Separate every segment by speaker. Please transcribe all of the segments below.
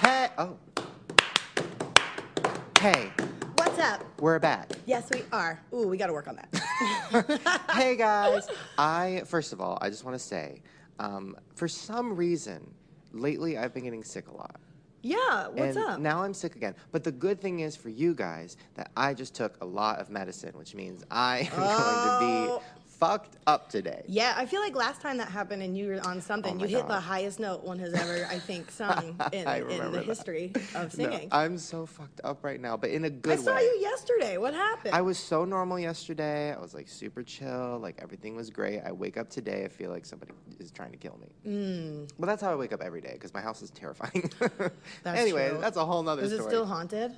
Speaker 1: Hey, oh. Hey,
Speaker 2: What's up?
Speaker 1: we're back.
Speaker 2: Yes, we are. Ooh, we got to work on that.
Speaker 1: hey guys, I first of all, I just want to say, um, for some reason, lately I've been getting sick a lot.
Speaker 2: yeah, what's
Speaker 1: and
Speaker 2: up?
Speaker 1: Now I'm sick again. But the good thing is for you guys that I just took a lot of medicine, which means I am going
Speaker 2: Oh.
Speaker 1: to be fucked up today.
Speaker 2: yeah, I feel like last time that happened and you were on something,
Speaker 1: Oh my
Speaker 2: you hit
Speaker 1: God.
Speaker 2: the highest note one has ever, I think, sung in,
Speaker 1: I
Speaker 2: in
Speaker 1: remember
Speaker 2: the
Speaker 1: that.
Speaker 2: history of
Speaker 1: No,
Speaker 2: singing.
Speaker 1: I'm so fucked up right now, but in a
Speaker 2: I
Speaker 1: good
Speaker 2: saw
Speaker 1: way.
Speaker 2: you yesterday. What happened?
Speaker 1: I was so normal yesterday. I was like super chill. Like everything was great. I wake up today. I feel like somebody is trying to kill me. Mm. But that's how I wake up every day because my house is terrifying.
Speaker 2: That's
Speaker 1: anyway,
Speaker 2: true.
Speaker 1: that's a whole nother
Speaker 2: Is it
Speaker 1: story.
Speaker 2: still haunted?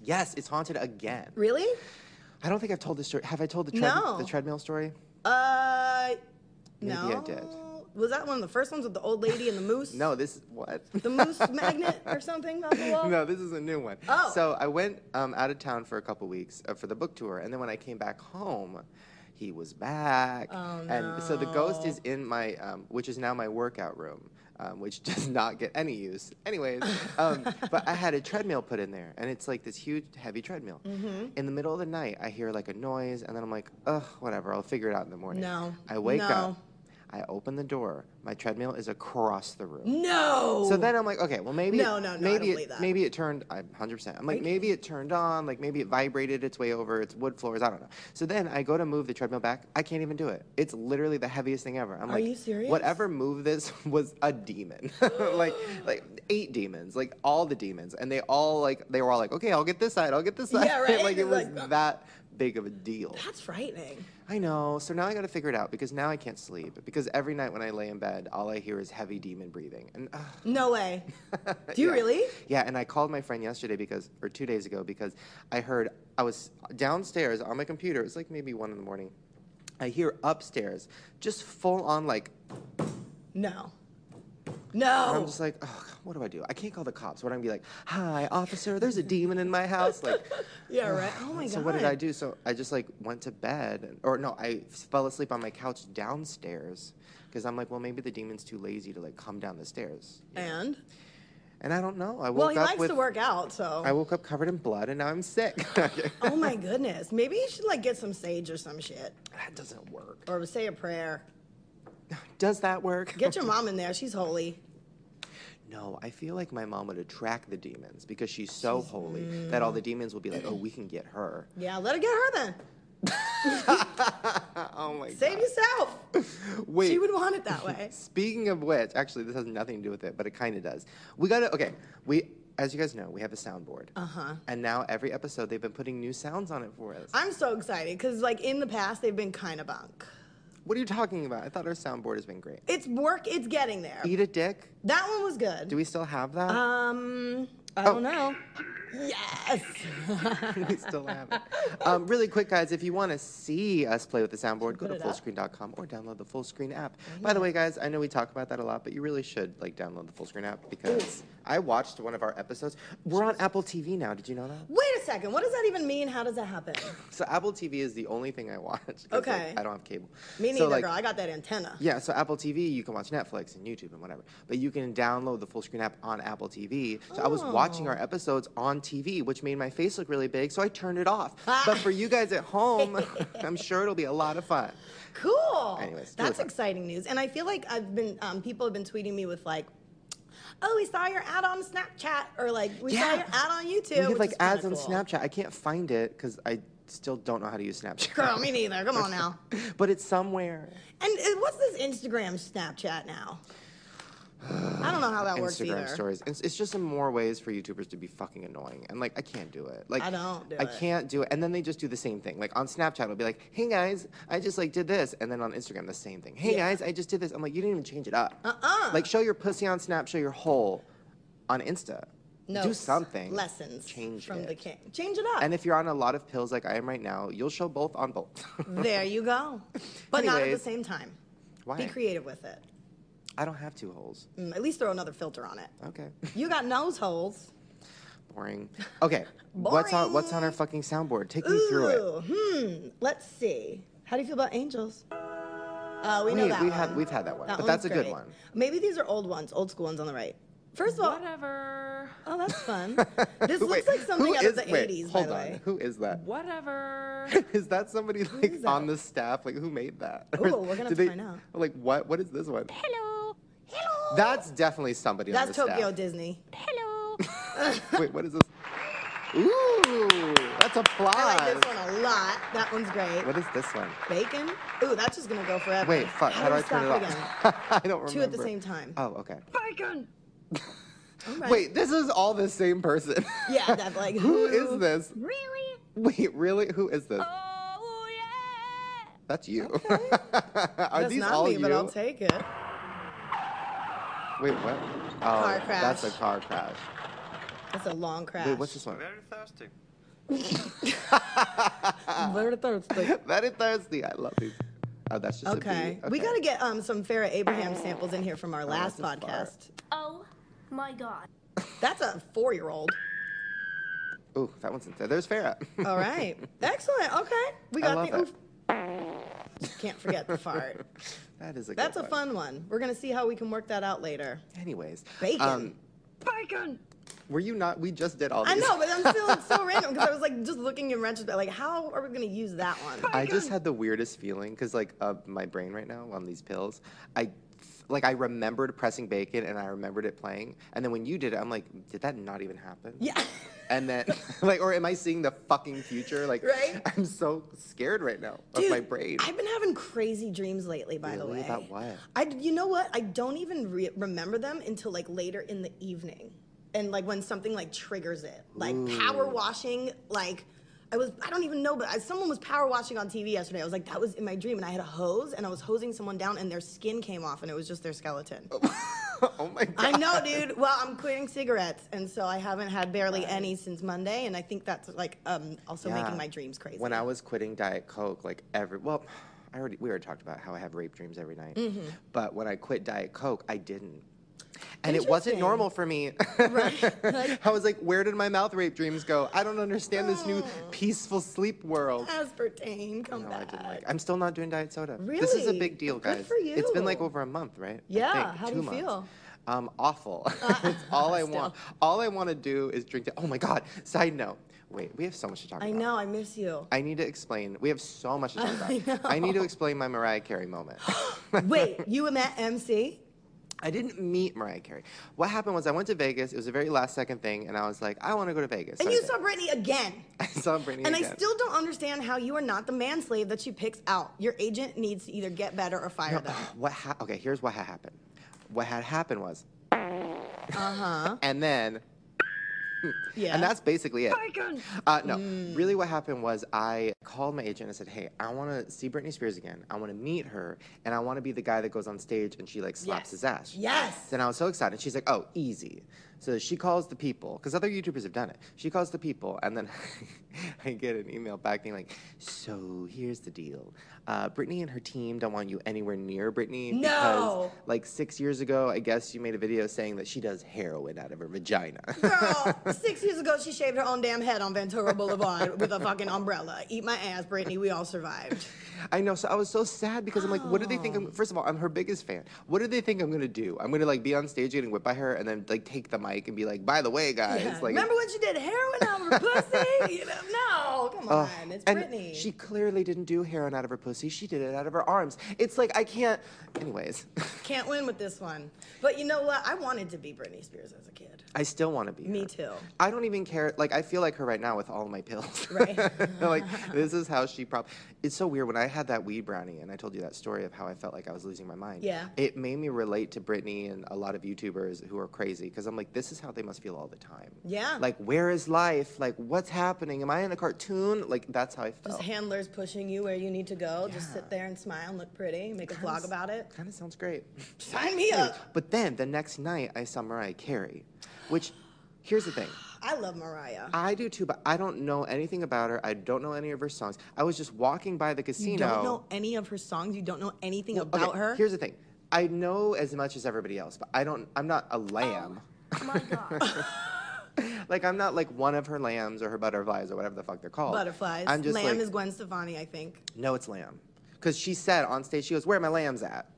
Speaker 1: yes, it's haunted again.
Speaker 2: Really?
Speaker 1: I don't think I've told this story. Have I told the, tread-
Speaker 2: No.
Speaker 1: the treadmill story?
Speaker 2: Uh,
Speaker 1: Maybe I
Speaker 2: no.
Speaker 1: did.
Speaker 2: Was that one of the first ones with the old lady and the moose?
Speaker 1: No, this what?
Speaker 2: The moose magnet or something on the wall?
Speaker 1: no, this is a new one.
Speaker 2: Oh.
Speaker 1: So I went um, out of town for a couple weeks uh, for the book tour, and then when I came back home, he was back.
Speaker 2: Oh,
Speaker 1: And so the ghost
Speaker 2: no.
Speaker 1: is in my, um, which is now my workout room. Um, which does not get any use. Anyways, um, but I had a treadmill put in there, and it's like this huge, heavy treadmill.
Speaker 2: Mm-hmm.
Speaker 1: In the middle of the night, I hear like a noise, and then I'm like, ugh, whatever, I'll figure it out in the morning.
Speaker 2: No.
Speaker 1: I wake
Speaker 2: No.
Speaker 1: up, I open the door, my treadmill is across the room.
Speaker 2: No.
Speaker 1: So then I'm like, okay, well maybe
Speaker 2: No, no, no, I
Speaker 1: maybe
Speaker 2: don't
Speaker 1: it,
Speaker 2: believe that.
Speaker 1: maybe it turned. I'm 100. percent I'm like maybe it turned on, like maybe it vibrated its way over its wood floors. I don't know. So then I go to move the treadmill back. I can't even do it. It's literally the heaviest thing ever. I'm
Speaker 2: Are
Speaker 1: like,
Speaker 2: you serious?
Speaker 1: Whatever moved this was a demon, like like eight demons, like all the demons, and they all like they were all like, okay, I'll get this side, I'll get this side.
Speaker 2: Yeah, right?
Speaker 1: like it
Speaker 2: It's
Speaker 1: was
Speaker 2: like- uh.
Speaker 1: that big of a deal.
Speaker 2: That's frightening.
Speaker 1: I know. So now I got to figure it out because now I can't sleep because every night when I lay in bed, all I hear is heavy demon breathing and. ugh,
Speaker 2: No way. Do you
Speaker 1: yeah.
Speaker 2: really?
Speaker 1: Yeah, and I called my friend yesterday because, or two days ago, because I heard I was downstairs on my computer. It was like maybe one in the morning. I hear upstairs, just full on like.
Speaker 2: No.
Speaker 1: and
Speaker 2: No.
Speaker 1: I'm just like, oh, God, what do I do? I can't call the cops. What I'm gonna be like, hi, officer, there's a demon in my house. Like,
Speaker 2: yeah, right. Oh my
Speaker 1: so
Speaker 2: god.
Speaker 1: what did I do? So I just like went to bed, and, or no, I fell asleep on my couch downstairs because I'm like, well, maybe the demon's too lazy to like come down the stairs.
Speaker 2: And
Speaker 1: And I don't know. I woke
Speaker 2: well, he
Speaker 1: up
Speaker 2: likes
Speaker 1: with.
Speaker 2: to work out, so
Speaker 1: I woke up covered in blood and now I'm sick.
Speaker 2: oh my goodness. Maybe you should like get some sage or some shit,
Speaker 1: That doesn't work.
Speaker 2: or say a prayer.
Speaker 1: Does that work?
Speaker 2: Get your mom in there. She's holy.
Speaker 1: no, I feel like my mom would attract the demons because she's so holy that all the demons will be like, oh, we can get her.
Speaker 2: Yeah, let her get her then.
Speaker 1: Oh my
Speaker 2: Save yourself.
Speaker 1: god. Wait.
Speaker 2: She would want it that way.
Speaker 1: Speaking of which, actually, this has nothing to do with it, but it kind of does. We got to, okay, we, as you guys know, we have a soundboard. Uh huh. And now every episode, they've been putting new sounds on it for us.
Speaker 2: I'm so excited because like in the past they've been kind of bunk.
Speaker 1: what are you talking about? I thought our soundboard has been great.
Speaker 2: It's work. It's getting there.
Speaker 1: Eat a dick?
Speaker 2: That one was good.
Speaker 1: Do we still have that?
Speaker 2: um, I
Speaker 1: Oh.
Speaker 2: don't know. Yes.
Speaker 1: we still have it. Um, really quick, guys, if you want to see us play with the soundboard, go to
Speaker 2: Put it up.
Speaker 1: fullscreen.com or download the full screen app. By the way, guys, I know we talk about that a lot, but you really should like download the full screen app because I watched one of our episodes. We're on Apple TV now. Did you know that?
Speaker 2: Wait a second. What does that even mean? How does that happen?
Speaker 1: So Apple TV is the only thing I watch. 'cause, like,
Speaker 2: Okay.
Speaker 1: I don't have cable.
Speaker 2: Me
Speaker 1: So,
Speaker 2: neither,
Speaker 1: like,
Speaker 2: girl. I got that antenna.
Speaker 1: Yeah, so Apple TV, you can watch Netflix and YouTube and whatever, but you can download the full screen app on Apple TV. So I was watching
Speaker 2: Oh.
Speaker 1: our episodes on TV, which made my face look really big, so I turned it off.
Speaker 2: Ah.
Speaker 1: but for you guys at home, I'm sure it'll be a lot of fun.
Speaker 2: Cool.
Speaker 1: Anyways, it's really
Speaker 2: that's
Speaker 1: fun.
Speaker 2: exciting news. And I feel like I've been um, people have been tweeting me with like, "Oh, we saw your ad on Snapchat," or like, "We saw
Speaker 1: Yeah.
Speaker 2: your ad on YouTube."
Speaker 1: We have
Speaker 2: which
Speaker 1: like
Speaker 2: is kinda
Speaker 1: ads on
Speaker 2: cool.
Speaker 1: Snapchat. I can't find it because I still don't know how to use Snapchat.
Speaker 2: Girl, me neither. Come on now.
Speaker 1: but it's somewhere.
Speaker 2: And uh, what's this Instagram Snapchat now? I don't know how that works
Speaker 1: Instagram
Speaker 2: either.
Speaker 1: stories. It's, it's just some more ways for YouTubers to be fucking annoying, and like I can't do it. Like
Speaker 2: I don't do
Speaker 1: I
Speaker 2: it.
Speaker 1: can't do it. And then they just do the same thing. Like on Snapchat, it'll be like, "Hey guys, I just like did this," and then on Instagram, the same thing. "Hey
Speaker 2: Yeah.
Speaker 1: guys, I just did this." I'm like, you didn't even change it up. Uh-uh. Like show your pussy on Snap, show your hole on Insta. do
Speaker 2: Notes,
Speaker 1: something.
Speaker 2: Lessons
Speaker 1: Change
Speaker 2: from
Speaker 1: it.
Speaker 2: the king. Change it up.
Speaker 1: And if you're on a lot of pills like I am right now, you'll show both on both.
Speaker 2: there you go. But not at the
Speaker 1: Anyways.
Speaker 2: same time.
Speaker 1: Why?
Speaker 2: Be creative with it.
Speaker 1: I don't have two holes.
Speaker 2: Mm, at least throw another filter on it.
Speaker 1: Okay.
Speaker 2: You got nose holes.
Speaker 1: boring. Okay, what's on what's on our fucking soundboard? Take me through it.
Speaker 2: Ooh, hmm. Let's see. How do you feel about angels? Uh, we know
Speaker 1: Wait,
Speaker 2: that
Speaker 1: we've had
Speaker 2: one.
Speaker 1: we've had that one,
Speaker 2: That
Speaker 1: but
Speaker 2: one's
Speaker 1: that's a good
Speaker 2: great.
Speaker 1: one.
Speaker 2: Maybe these are old ones, old school ones on the right. First of all,
Speaker 3: Whatever.
Speaker 2: oh, that's fun. This
Speaker 1: Who-
Speaker 2: looks
Speaker 1: wait,
Speaker 2: like something
Speaker 1: who
Speaker 2: out of
Speaker 1: is-
Speaker 2: the
Speaker 1: wait,
Speaker 2: 80s, by
Speaker 1: Hold
Speaker 2: the
Speaker 1: on,
Speaker 2: way.
Speaker 1: who is that?
Speaker 3: Whatever.
Speaker 1: Is that somebody like
Speaker 2: is that?
Speaker 1: on the staff? Like who made that? Or
Speaker 2: Ooh, we're gonna
Speaker 1: did
Speaker 2: have to find out.
Speaker 1: Like what? What is this one?
Speaker 3: Hello.
Speaker 2: Hello.
Speaker 1: That's definitely somebody
Speaker 2: That's
Speaker 1: on the
Speaker 2: Tokyo
Speaker 1: staff.
Speaker 2: Disney.
Speaker 3: Hello.
Speaker 1: Wait, what is this? Ooh, that's applause.
Speaker 2: I like this one a lot. That one's great.
Speaker 1: What is this one?
Speaker 2: Bacon. Ooh, that's just gonna go forever.
Speaker 1: Wait, fuck. How, do I turn it
Speaker 2: stop
Speaker 1: off? I don't remember.
Speaker 2: Two at the same time.
Speaker 1: Oh, okay.
Speaker 3: Bacon.
Speaker 2: All right.
Speaker 1: Wait, this is all the same person.
Speaker 2: Yeah, that like
Speaker 1: who is this?
Speaker 3: Really?
Speaker 1: Wait, really? Who is this?
Speaker 3: Oh yeah.
Speaker 1: That's you.
Speaker 2: Okay.
Speaker 1: Are
Speaker 2: That's
Speaker 1: these
Speaker 2: not
Speaker 1: all
Speaker 2: me,
Speaker 1: you?
Speaker 2: but I'll take it.
Speaker 1: Wait, what? Oh,
Speaker 2: Car
Speaker 1: that's a
Speaker 2: crash.
Speaker 1: car crash.
Speaker 2: That's a long crash.
Speaker 1: Wait, what's this one?
Speaker 4: Very thirsty.
Speaker 1: Ah.
Speaker 2: Very thirsty.
Speaker 1: Very thirsty. I love these. Oh, that's just
Speaker 2: Okay.
Speaker 1: A beat.
Speaker 2: We gotta get um some Farrah Abraham samples in here from our
Speaker 1: that's
Speaker 2: last
Speaker 1: a fart.
Speaker 2: podcast.
Speaker 5: Oh my god.
Speaker 2: That's a four-year-old.
Speaker 1: Ooh, that one's in there. There's Farah.
Speaker 2: All right. Excellent. Okay. We
Speaker 1: I
Speaker 2: Oh,
Speaker 1: love
Speaker 2: got the
Speaker 1: it.
Speaker 2: oof. Can't forget the fart.
Speaker 1: That is a.
Speaker 2: That's a
Speaker 1: good
Speaker 2: fun one. We're gonna see how we can work that out later.
Speaker 1: Anyways, um,
Speaker 2: Bacon.
Speaker 3: Bacon.
Speaker 1: were you not? We just did all.
Speaker 2: I
Speaker 1: These.
Speaker 2: know, but I'm still it's so random because I was like just looking in retrospect, like how are we gonna use that one?
Speaker 1: I just had the weirdest feeling because, like, of my brain right now on these pills, I, like, I remembered pressing bacon and I remembered it playing, and then when you did it, I'm like, did that not even happen?
Speaker 2: Yeah.
Speaker 1: And then, like, or am I seeing the fucking future? Like,
Speaker 2: Right?
Speaker 1: I'm so scared right now of my brain.
Speaker 2: I've been having crazy dreams lately, by the
Speaker 1: Really?
Speaker 2: way.
Speaker 1: About what?
Speaker 2: I, you know what? I don't even re- remember them until like later in the evening, and like when something like triggers it, like power washing. Like I was, I don't even know, but I, someone was power washing on TV yesterday. I was like, that was in my dream, and I had a hose, and I was hosing someone down, and their skin came off, and it was just their skeleton.
Speaker 1: oh my god.
Speaker 2: I know, dude. Well, I'm quitting cigarettes, and so I haven't had barely any since Monday, and I think that's like um, also
Speaker 1: Yeah.
Speaker 2: making my dreams crazy.
Speaker 1: When I was quitting Diet Coke, like every well, I already we already talked about how I have rape dreams every night.
Speaker 2: Mm-hmm.
Speaker 1: But when I quit Diet Coke, I didn't. And it wasn't
Speaker 2: Interesting.
Speaker 1: normal for me. I was like, where did my mouth rape dreams go? I don't understand this new
Speaker 2: Oh.
Speaker 1: peaceful sleep world.
Speaker 2: aspartame, come
Speaker 1: No, I
Speaker 2: back.
Speaker 1: didn't like. I'm still not doing diet soda. This is a
Speaker 2: Really?
Speaker 1: big deal,
Speaker 2: Good
Speaker 1: guys.
Speaker 2: for
Speaker 1: It's been like
Speaker 2: you.
Speaker 1: over a month, right? I
Speaker 2: Yeah,
Speaker 1: think,
Speaker 2: how do
Speaker 1: two
Speaker 2: you
Speaker 1: months.
Speaker 2: feel? Uh,
Speaker 1: Um, awful. it's all I want. All I want to do is drink. The- oh my god. Side note. Wait, we have so much to talk
Speaker 2: I
Speaker 1: about.
Speaker 2: know, I miss you.
Speaker 1: I need to explain. We have so much to talk about.
Speaker 2: I know.
Speaker 1: I need to explain my Mariah Carey moment.
Speaker 2: Wait, you met MC?
Speaker 1: I didn't meet Mariah Carey. What happened was I went to Vegas. It was a very last second thing, and I was like, I want to go to Vegas.
Speaker 2: And
Speaker 1: So I
Speaker 2: you
Speaker 1: did.
Speaker 2: saw Britney again.
Speaker 1: I saw Britney
Speaker 2: And I
Speaker 1: again.
Speaker 2: still don't understand how you are not the manslave that she picks out. Your agent needs to either get better or fire them.
Speaker 1: What? Ha- okay, here's what had happened. What had happened was. Uh
Speaker 3: Uh-huh.
Speaker 1: huh. and then
Speaker 2: Yeah.
Speaker 1: And that's basically
Speaker 3: Oh
Speaker 1: it. Uh, no,
Speaker 3: Mm.
Speaker 1: really, what happened was I called my agent and I said, "Hey, I want to see Britney Spears again. I want to meet her, and I want to be the guy that goes on stage and she like slaps
Speaker 3: Yes.
Speaker 1: his ass."
Speaker 2: Yes.
Speaker 1: And I was so excited. She's like, "Oh, easy." So she calls the people because other YouTubers have done it. She calls the people, and then I get an email back being like, "So here's the deal. Uh, Britney and her team don't want you anywhere near Britney because
Speaker 2: No.
Speaker 1: like six years ago, I guess you made a video saying that she does heroin out of her vagina."
Speaker 2: Girl, six years ago, she shaved her own damn head on Ventura Boulevard with a fucking umbrella. Eat my ass, Britney. We all survived.
Speaker 1: I know. So I was so sad because I'm like, what do they think? I'm, first of all, I'm her biggest fan. What do they think I'm gonna do? I'm gonna like be on stage getting whipped by her, and then like take the mic and be like, by the way, guys,
Speaker 2: Yeah.
Speaker 1: like.
Speaker 2: Remember when she did heroin out of her pussy? You know, no, come on. it's
Speaker 1: Oh, and
Speaker 2: Britney.
Speaker 1: she clearly didn't do heroin out of her pussy. She did it out of her arms. It's like I can't. Anyways,
Speaker 2: Can't win with this one. But you know what? I wanted to be Britney Spears as a kid.
Speaker 1: I still want to be.
Speaker 2: Me
Speaker 1: her.
Speaker 2: too.
Speaker 1: I don't even care. Like I feel like her right now with all my pills.
Speaker 2: Right.
Speaker 1: like this is how she probably. It's so weird when I had that weed brownie and I told you that story of how I felt like I was losing my mind.
Speaker 2: Yeah.
Speaker 1: It made me relate to Brittany and a lot of YouTubers who are crazy because I'm like, this is how they must feel all the time.
Speaker 2: Yeah.
Speaker 1: Like where is life? Like what's happening? Am I in a cartoon? Like that's how I felt.
Speaker 2: Just handlers pushing you where you need to go. Just sit there and smile and look pretty. Make a vlog about it.
Speaker 1: Kind of sounds great.
Speaker 2: Sign me up.
Speaker 1: But then the next night I saw Mariah Carey, which here's the thing.
Speaker 2: I love Mariah.
Speaker 1: I do too, but I don't know anything about her. I don't know any of her songs. I was just walking by the casino.
Speaker 2: You don't know any of her songs. You don't know anything
Speaker 1: Okay,
Speaker 2: about her.
Speaker 1: Here's the thing. I know as much as everybody else, but I don't. I'm not a lamb.
Speaker 2: Oh.
Speaker 5: My god.
Speaker 1: like I'm not like one of her lambs or her butterflies or whatever the fuck they're called.
Speaker 2: Butterflies.
Speaker 1: I'm just
Speaker 2: Lamb
Speaker 1: like,
Speaker 2: is Gwen Stefani, I think.
Speaker 1: no, it's lamb, because she said on stage, she goes, "Where are my lambs at?"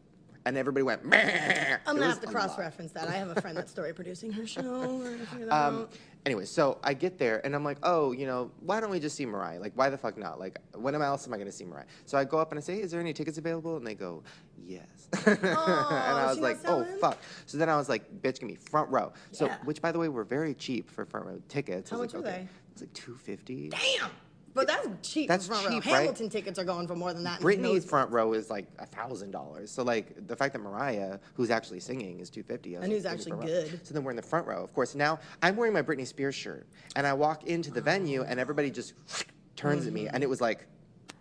Speaker 1: And everybody went. I'm
Speaker 2: I'm gonna have to cross-reference that. I have a friend that's story producing her show. We're gonna figure that
Speaker 1: Um,
Speaker 2: out.
Speaker 1: anyway, so I get there and I'm like, oh, you know, why don't we just see Mariah? Like, why the fuck not? Like, when am I- else am I going to see Mariah? So I go up and I say, is there any tickets available? And they go, yes. and I
Speaker 2: Aw,
Speaker 1: was
Speaker 2: she not
Speaker 1: like, oh,
Speaker 2: selling?
Speaker 1: fuck. So then I was like, bitch, give me front row. So,
Speaker 2: Yeah.
Speaker 1: which by the way, were very cheap for front row tickets. I
Speaker 2: How
Speaker 1: was
Speaker 2: much
Speaker 1: like,
Speaker 2: were
Speaker 1: okay.
Speaker 2: they?
Speaker 1: It was like 250
Speaker 2: Damn. But that's cheap.
Speaker 1: That's
Speaker 2: front row.
Speaker 1: cheap, right?
Speaker 2: Hamilton tickets are going for more than that. and who
Speaker 1: Britney's
Speaker 2: knows-
Speaker 1: front row is like a thousand dollars. So like the fact that Mariah, who's actually singing, is two fifty.
Speaker 2: And who's actually good.
Speaker 1: So then we're in the front row. Of course, now I'm wearing my Britney Spears shirt, and I walk into the venue, and everybody just turns at me, and it was like,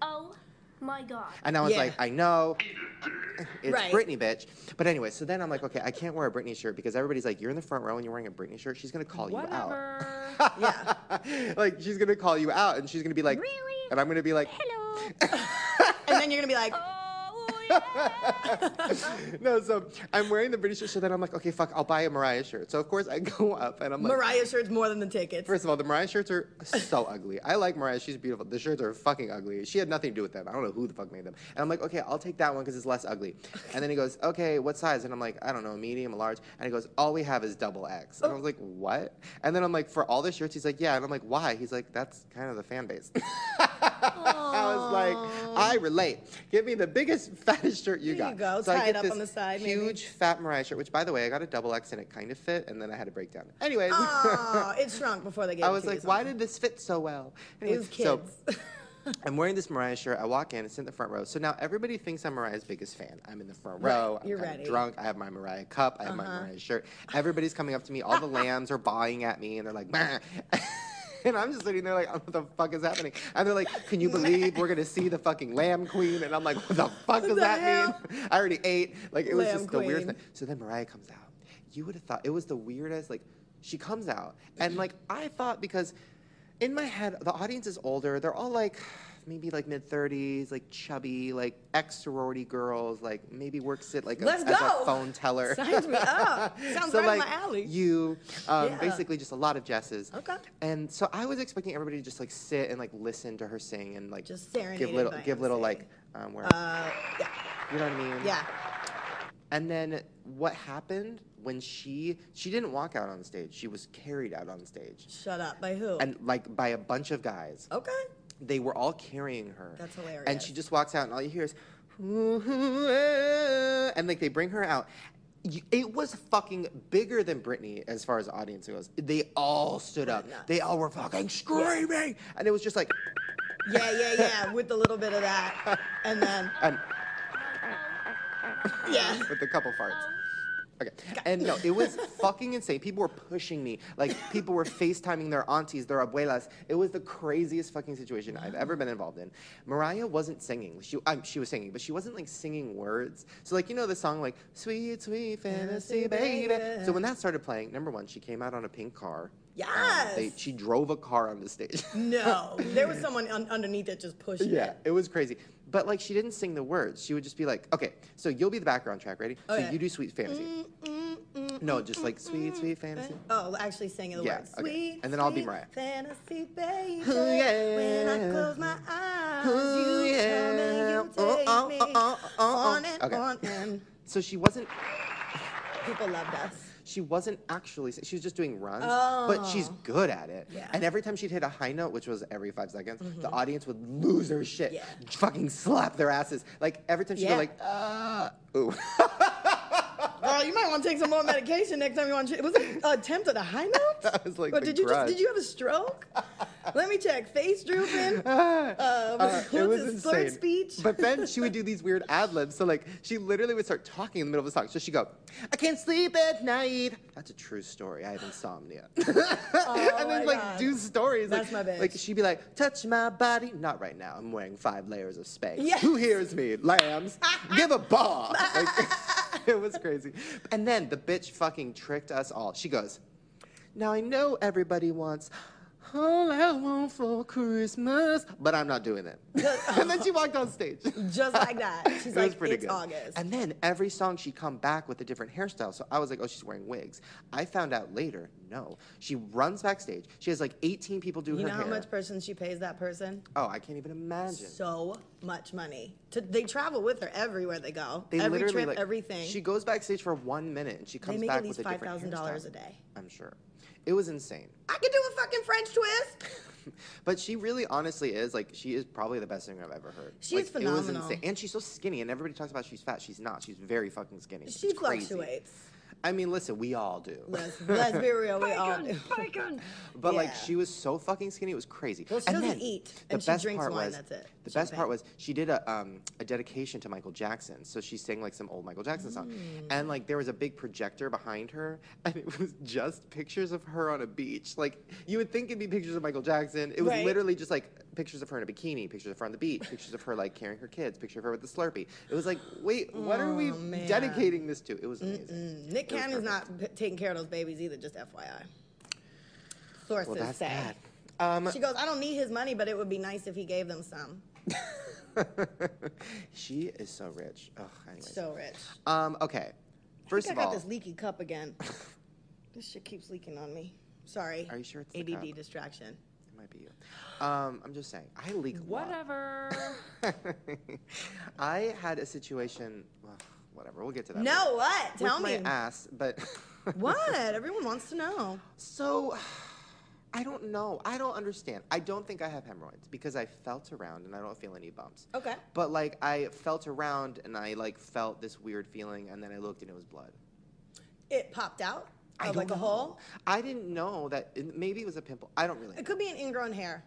Speaker 5: Oh my god.
Speaker 1: and I was
Speaker 2: Mm-hmm. Yeah.
Speaker 1: like, I know, it's
Speaker 2: Right.
Speaker 1: Britney, bitch. But anyway, so then I'm like, okay, I can't wear a Britney shirt because everybody's like, you're in the front row and you're wearing a Britney shirt. She's gonna call you out.
Speaker 3: Whatever.
Speaker 2: Yeah.
Speaker 1: like she's gonna call you out, and she's gonna be like,
Speaker 3: Really?
Speaker 1: and I'm gonna be like,
Speaker 3: Hello.
Speaker 2: And then you're gonna be like,
Speaker 3: Oh yeah.
Speaker 1: no, so I'm wearing the British shirt, so then I'm like, okay, fuck, I'll buy a Mariah shirt. So of course I go up and I'm like,
Speaker 2: Mariah shirts more than the tickets.
Speaker 1: first of all, the Mariah shirts are so ugly. I like Mariah, she's beautiful. The shirts are fucking ugly. She had nothing to do with them. I don't know who the fuck made them. And I'm like, okay, I'll take that one because it's less ugly. And then he goes, okay, what size? And I'm like, I don't know, medium, a large. And he goes, all we have is double X. And I was like, what? And then I'm like, for all the shirts, he's like, yeah. And I'm like, why? He's like, that's kind of the fan base. I was like, I relate. Give me the biggest, fattest shirt you got.
Speaker 2: There you go.
Speaker 1: So I
Speaker 2: Tie
Speaker 1: get
Speaker 2: it up on
Speaker 1: this
Speaker 2: the side, maybe.
Speaker 1: Huge fat Mariah shirt, which by the way, I got a double X and it kind of fit, and then I had a breakdown. Anyways,
Speaker 2: oh, it shrunk before they gave.
Speaker 1: I
Speaker 2: it
Speaker 1: was
Speaker 2: to you
Speaker 1: like, why
Speaker 2: somewhere.
Speaker 1: did this fit so well?
Speaker 2: it
Speaker 1: Anyways,
Speaker 2: was kids?
Speaker 1: so I'm wearing this Mariah shirt. I walk in, it's in the front row. So now everybody thinks I'm Mariah's biggest fan. I'm in the front row. I'm
Speaker 2: you're
Speaker 1: kinda
Speaker 2: ready. Uh-huh.
Speaker 1: drunk. I have my Mariah cup. I have my Mariah shirt. Everybody's coming up to me. All the lambs are bawling at me, and they're like, "Meh." and I'm just sitting there like, "Oh, what the fuck is happening? And they're like, can you believe we're gonna see the fucking lamb queen? And I'm like, what the fuck does
Speaker 2: the
Speaker 1: that
Speaker 2: hell?
Speaker 1: mean? I already ate. Like it was
Speaker 2: Lamb
Speaker 1: just the weirdest
Speaker 2: queen.
Speaker 1: thing. So then Mariah comes out. You would have thought it was the weirdest. Like she comes out, and like I thought because in my head the audience is older. They're all like maybe like mid thirties, like chubby, like ex sorority girls. Like maybe works at like a,
Speaker 2: Let's
Speaker 1: as
Speaker 2: go.
Speaker 1: a phone teller.
Speaker 2: Signs me up. Sounds
Speaker 1: so like
Speaker 2: right up my alley.
Speaker 1: you, um,
Speaker 2: Yeah.
Speaker 1: basically just a lot of Jesses.
Speaker 2: Okay.
Speaker 1: And so I was expecting everybody to just like sit and like listen to her sing and like
Speaker 2: Just
Speaker 1: give
Speaker 2: serenaded
Speaker 1: little
Speaker 2: by
Speaker 1: give little
Speaker 2: MC.
Speaker 1: like um where
Speaker 2: Uh, yeah,
Speaker 1: you know what I mean
Speaker 2: yeah.
Speaker 1: and then what happened when she she didn't walk out on stage. She was carried out on stage.
Speaker 2: Shut up. By who?
Speaker 1: And like by a bunch of guys.
Speaker 2: okay.
Speaker 1: They were all carrying her.
Speaker 2: That's
Speaker 1: And
Speaker 2: hilarious.
Speaker 1: she just walks out and all you hear is and like they bring her out. You- It was fucking bigger than Britney as far as the audience goes. They all stood up.
Speaker 2: nuts.
Speaker 1: They all were fucking screaming. And it was just like
Speaker 2: Yeah, yeah, yeah. With a little bit of that, and then
Speaker 1: and
Speaker 2: yeah.
Speaker 1: with a couple farts. Okay. And no, it was fucking insane. People were pushing me. Like people were FaceTiming their aunties, their abuelas. It was the craziest fucking situation I've ever been involved in. Mariah wasn't singing. She um, she was singing, but she wasn't like singing words. So like you know the song like sweet sweet fantasy baby. So when that started playing, number one, she came out on a pink car. Um, they,
Speaker 2: Yes.
Speaker 1: she drove a car on the stage.
Speaker 2: No, there was someone un- underneath it just pushing.
Speaker 1: Yeah,
Speaker 2: it.
Speaker 1: it was crazy. But like she didn't sing the words. She would just be like, "Okay, so you'll be the background track, ready? so
Speaker 2: Okay.
Speaker 1: you do sweet fantasy." no, just like sweet, sweet fantasy.
Speaker 2: Oh, actually singing the
Speaker 1: Yeah,
Speaker 2: words.
Speaker 1: okay.
Speaker 2: Sweet,
Speaker 1: And then I'll be
Speaker 2: sweet
Speaker 1: Mariah.
Speaker 2: Fantasy baby.
Speaker 1: Ooh, yeah.
Speaker 2: When I close my eyes,
Speaker 1: Ooh,
Speaker 2: you come
Speaker 1: yeah.
Speaker 2: and you
Speaker 1: Oh,
Speaker 2: take
Speaker 1: oh,
Speaker 2: me
Speaker 1: oh, oh, oh, oh.
Speaker 2: on and
Speaker 1: Okay.
Speaker 2: on and.
Speaker 1: So she wasn't.
Speaker 2: People loved us.
Speaker 1: She wasn't actually. sing- She was just doing runs, but she's
Speaker 2: Oh.
Speaker 1: good at it.
Speaker 2: Yeah. Mm-hmm.
Speaker 1: And every time she'd hit a high note, which was every five seconds, the audience would lose their shit,
Speaker 2: Yeah.
Speaker 1: fucking slap their asses. Like every time she'd
Speaker 2: Yeah.
Speaker 1: go like, "Ah, ooh."
Speaker 2: Girl, Oh, you might want to take some more medication next time you want to. Was it uh, attempt at a high note?
Speaker 1: That was like
Speaker 2: Or
Speaker 1: the
Speaker 2: did you
Speaker 1: grudge.
Speaker 2: just did you have a stroke? Let me check. Face drooping. Um,
Speaker 1: Uh, it was
Speaker 2: his
Speaker 1: insane.
Speaker 2: slurred speech.
Speaker 1: But then she would do these weird ad libs. So like she literally would start talking in the middle of a song. So she'd go, I can't sleep at night. That's a true story. I have insomnia. and then
Speaker 2: Oh my
Speaker 1: like
Speaker 2: God.
Speaker 1: do stories.
Speaker 2: That's
Speaker 1: like,
Speaker 2: my bitch.
Speaker 1: Like she'd be like, touch my body. Not right now. I'm wearing five layers of spank.
Speaker 2: Yes.
Speaker 1: Who hears me? Lambs. Give a ball. Like, it was crazy. And then the bitch fucking tricked us all. She goes, now I know everybody wants All I want for Christmas, but I'm not doing it. and then she walked on stage.
Speaker 2: oh, Just like that.
Speaker 1: it
Speaker 2: She's
Speaker 1: was
Speaker 2: like,
Speaker 1: pretty
Speaker 2: it's
Speaker 1: good.
Speaker 2: August.
Speaker 1: And then every song she come back with a different hairstyle. So I was like, oh, she's wearing wigs. I found out later, no. She runs backstage. She has like 18 people do
Speaker 2: you
Speaker 1: her
Speaker 2: know
Speaker 1: hair.
Speaker 2: how much person she pays that person?
Speaker 1: oh, I can't even imagine.
Speaker 2: So much money. To, they travel with her everywhere they go.
Speaker 1: They
Speaker 2: Every
Speaker 1: literally
Speaker 2: trip,
Speaker 1: like
Speaker 2: everything.
Speaker 1: She goes backstage for one minute and she comes
Speaker 2: they make
Speaker 1: back
Speaker 2: at least
Speaker 1: with a
Speaker 2: five
Speaker 1: different
Speaker 2: thousand dollars
Speaker 1: hairstyle.
Speaker 2: a day.
Speaker 1: I'm sure. It was insane.
Speaker 2: I could do a fucking French twist.
Speaker 1: But she really honestly is like she is probably the best singer I've ever heard.
Speaker 2: She is
Speaker 1: Like, It was
Speaker 2: phenomenal.
Speaker 1: insane. And she's so skinny and everybody talks about she's fat. She's not. She's very fucking skinny.
Speaker 2: She
Speaker 1: It's crazy.
Speaker 2: fluctuates.
Speaker 1: I mean, listen, we all do.
Speaker 2: Let's, let's be real, we all do.
Speaker 5: Bacon, bacon.
Speaker 1: But like
Speaker 2: Yeah.
Speaker 1: she was so fucking skinny, it was crazy.
Speaker 2: Well, she
Speaker 1: and
Speaker 2: doesn't
Speaker 1: then,
Speaker 2: eat,
Speaker 1: the
Speaker 2: and she
Speaker 1: best
Speaker 2: drinks
Speaker 1: part
Speaker 2: wine,
Speaker 1: was
Speaker 2: that's it.
Speaker 1: the
Speaker 2: She's
Speaker 1: best part
Speaker 2: fat.
Speaker 1: was she did a um, a dedication to Michael Jackson. So she sang like some old Michael Jackson song,
Speaker 2: Mm.
Speaker 1: and like there was a big projector behind her, and it was just pictures of her on a beach. Like you would think it'd be pictures of Michael Jackson. It was
Speaker 2: Right.
Speaker 1: literally just like pictures of her in a bikini, pictures of her on the beach, pictures of her like carrying her kids, picture of her with the Slurpee. It was like, wait, what are we
Speaker 2: Oh, man.
Speaker 1: dedicating this to? It was amazing.
Speaker 2: Nick
Speaker 1: It was
Speaker 2: Cannon's
Speaker 1: perfect.
Speaker 2: not p- taking care of those babies either. Just FYI. Sources
Speaker 1: Well, that's
Speaker 2: say.
Speaker 1: bad. Um,
Speaker 2: She goes, I don't need his money, but it would be nice if he gave them some.
Speaker 1: she is so rich. Ugh, anyways.
Speaker 2: So rich.
Speaker 1: Um, okay. First
Speaker 2: I
Speaker 1: of
Speaker 2: think I got
Speaker 1: all,
Speaker 2: this leaky cup again. this shit keeps leaking on me. Sorry.
Speaker 1: Are you sure it's the
Speaker 2: ADD
Speaker 1: cup?
Speaker 2: distraction?
Speaker 1: it might be you. Um, I'm just saying, I leak a lot.
Speaker 5: Whatever.
Speaker 1: I had a situation. Ugh, whatever. We'll get to that.
Speaker 2: No,
Speaker 1: later.
Speaker 2: what?
Speaker 1: With
Speaker 2: Tell me.
Speaker 1: my ass, but
Speaker 2: What? Everyone wants to know.
Speaker 1: So, I don't know. I don't understand. I don't think I have hemorrhoids because I felt around and I don't feel any bumps.
Speaker 2: Okay.
Speaker 1: But like I felt around and I like felt this weird feeling and then I looked and it was blood.
Speaker 2: It popped out
Speaker 1: I
Speaker 2: of
Speaker 1: don't
Speaker 2: like a
Speaker 1: know.
Speaker 2: hole.
Speaker 1: I didn't know that. It, maybe it was a pimple. I don't really.
Speaker 2: It
Speaker 1: Know.
Speaker 2: could be an ingrown hair.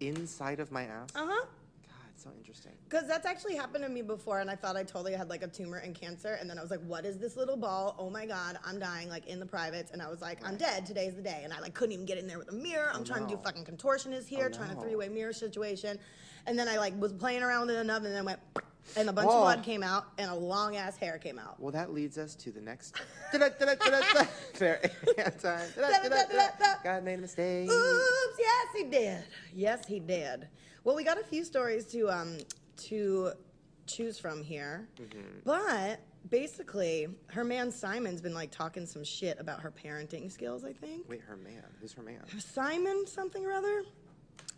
Speaker 1: Inside of my ass.
Speaker 2: Uh huh.
Speaker 1: God, it's so interesting.
Speaker 2: Because that's actually happened to me before, and I thought I totally had like a tumor and cancer. And then I was like, what is this little ball? Oh my God, I'm dying, like in the privates. And I was like, I'm dead. Today's the day. And I like couldn't even get in there with a mirror. I'm trying to do
Speaker 1: no.
Speaker 2: fucking contortionist here,
Speaker 1: Oh,
Speaker 2: trying a
Speaker 1: no.
Speaker 2: three way mirror situation. And then I like was playing around with it enough, and then went, and a bunch
Speaker 1: Whoa.
Speaker 2: of blood came out, and a long ass hair came out.
Speaker 1: Well, that leads us to the next. Fair time. God made a mistake.
Speaker 2: Oops! Yes, he did. Yes, he did. Well, we got a few stories to um to choose from here, but basically, her man Simon's been like talking some shit about her parenting skills. I think
Speaker 1: Wait, her man. Who's her man?
Speaker 2: Simon something or other.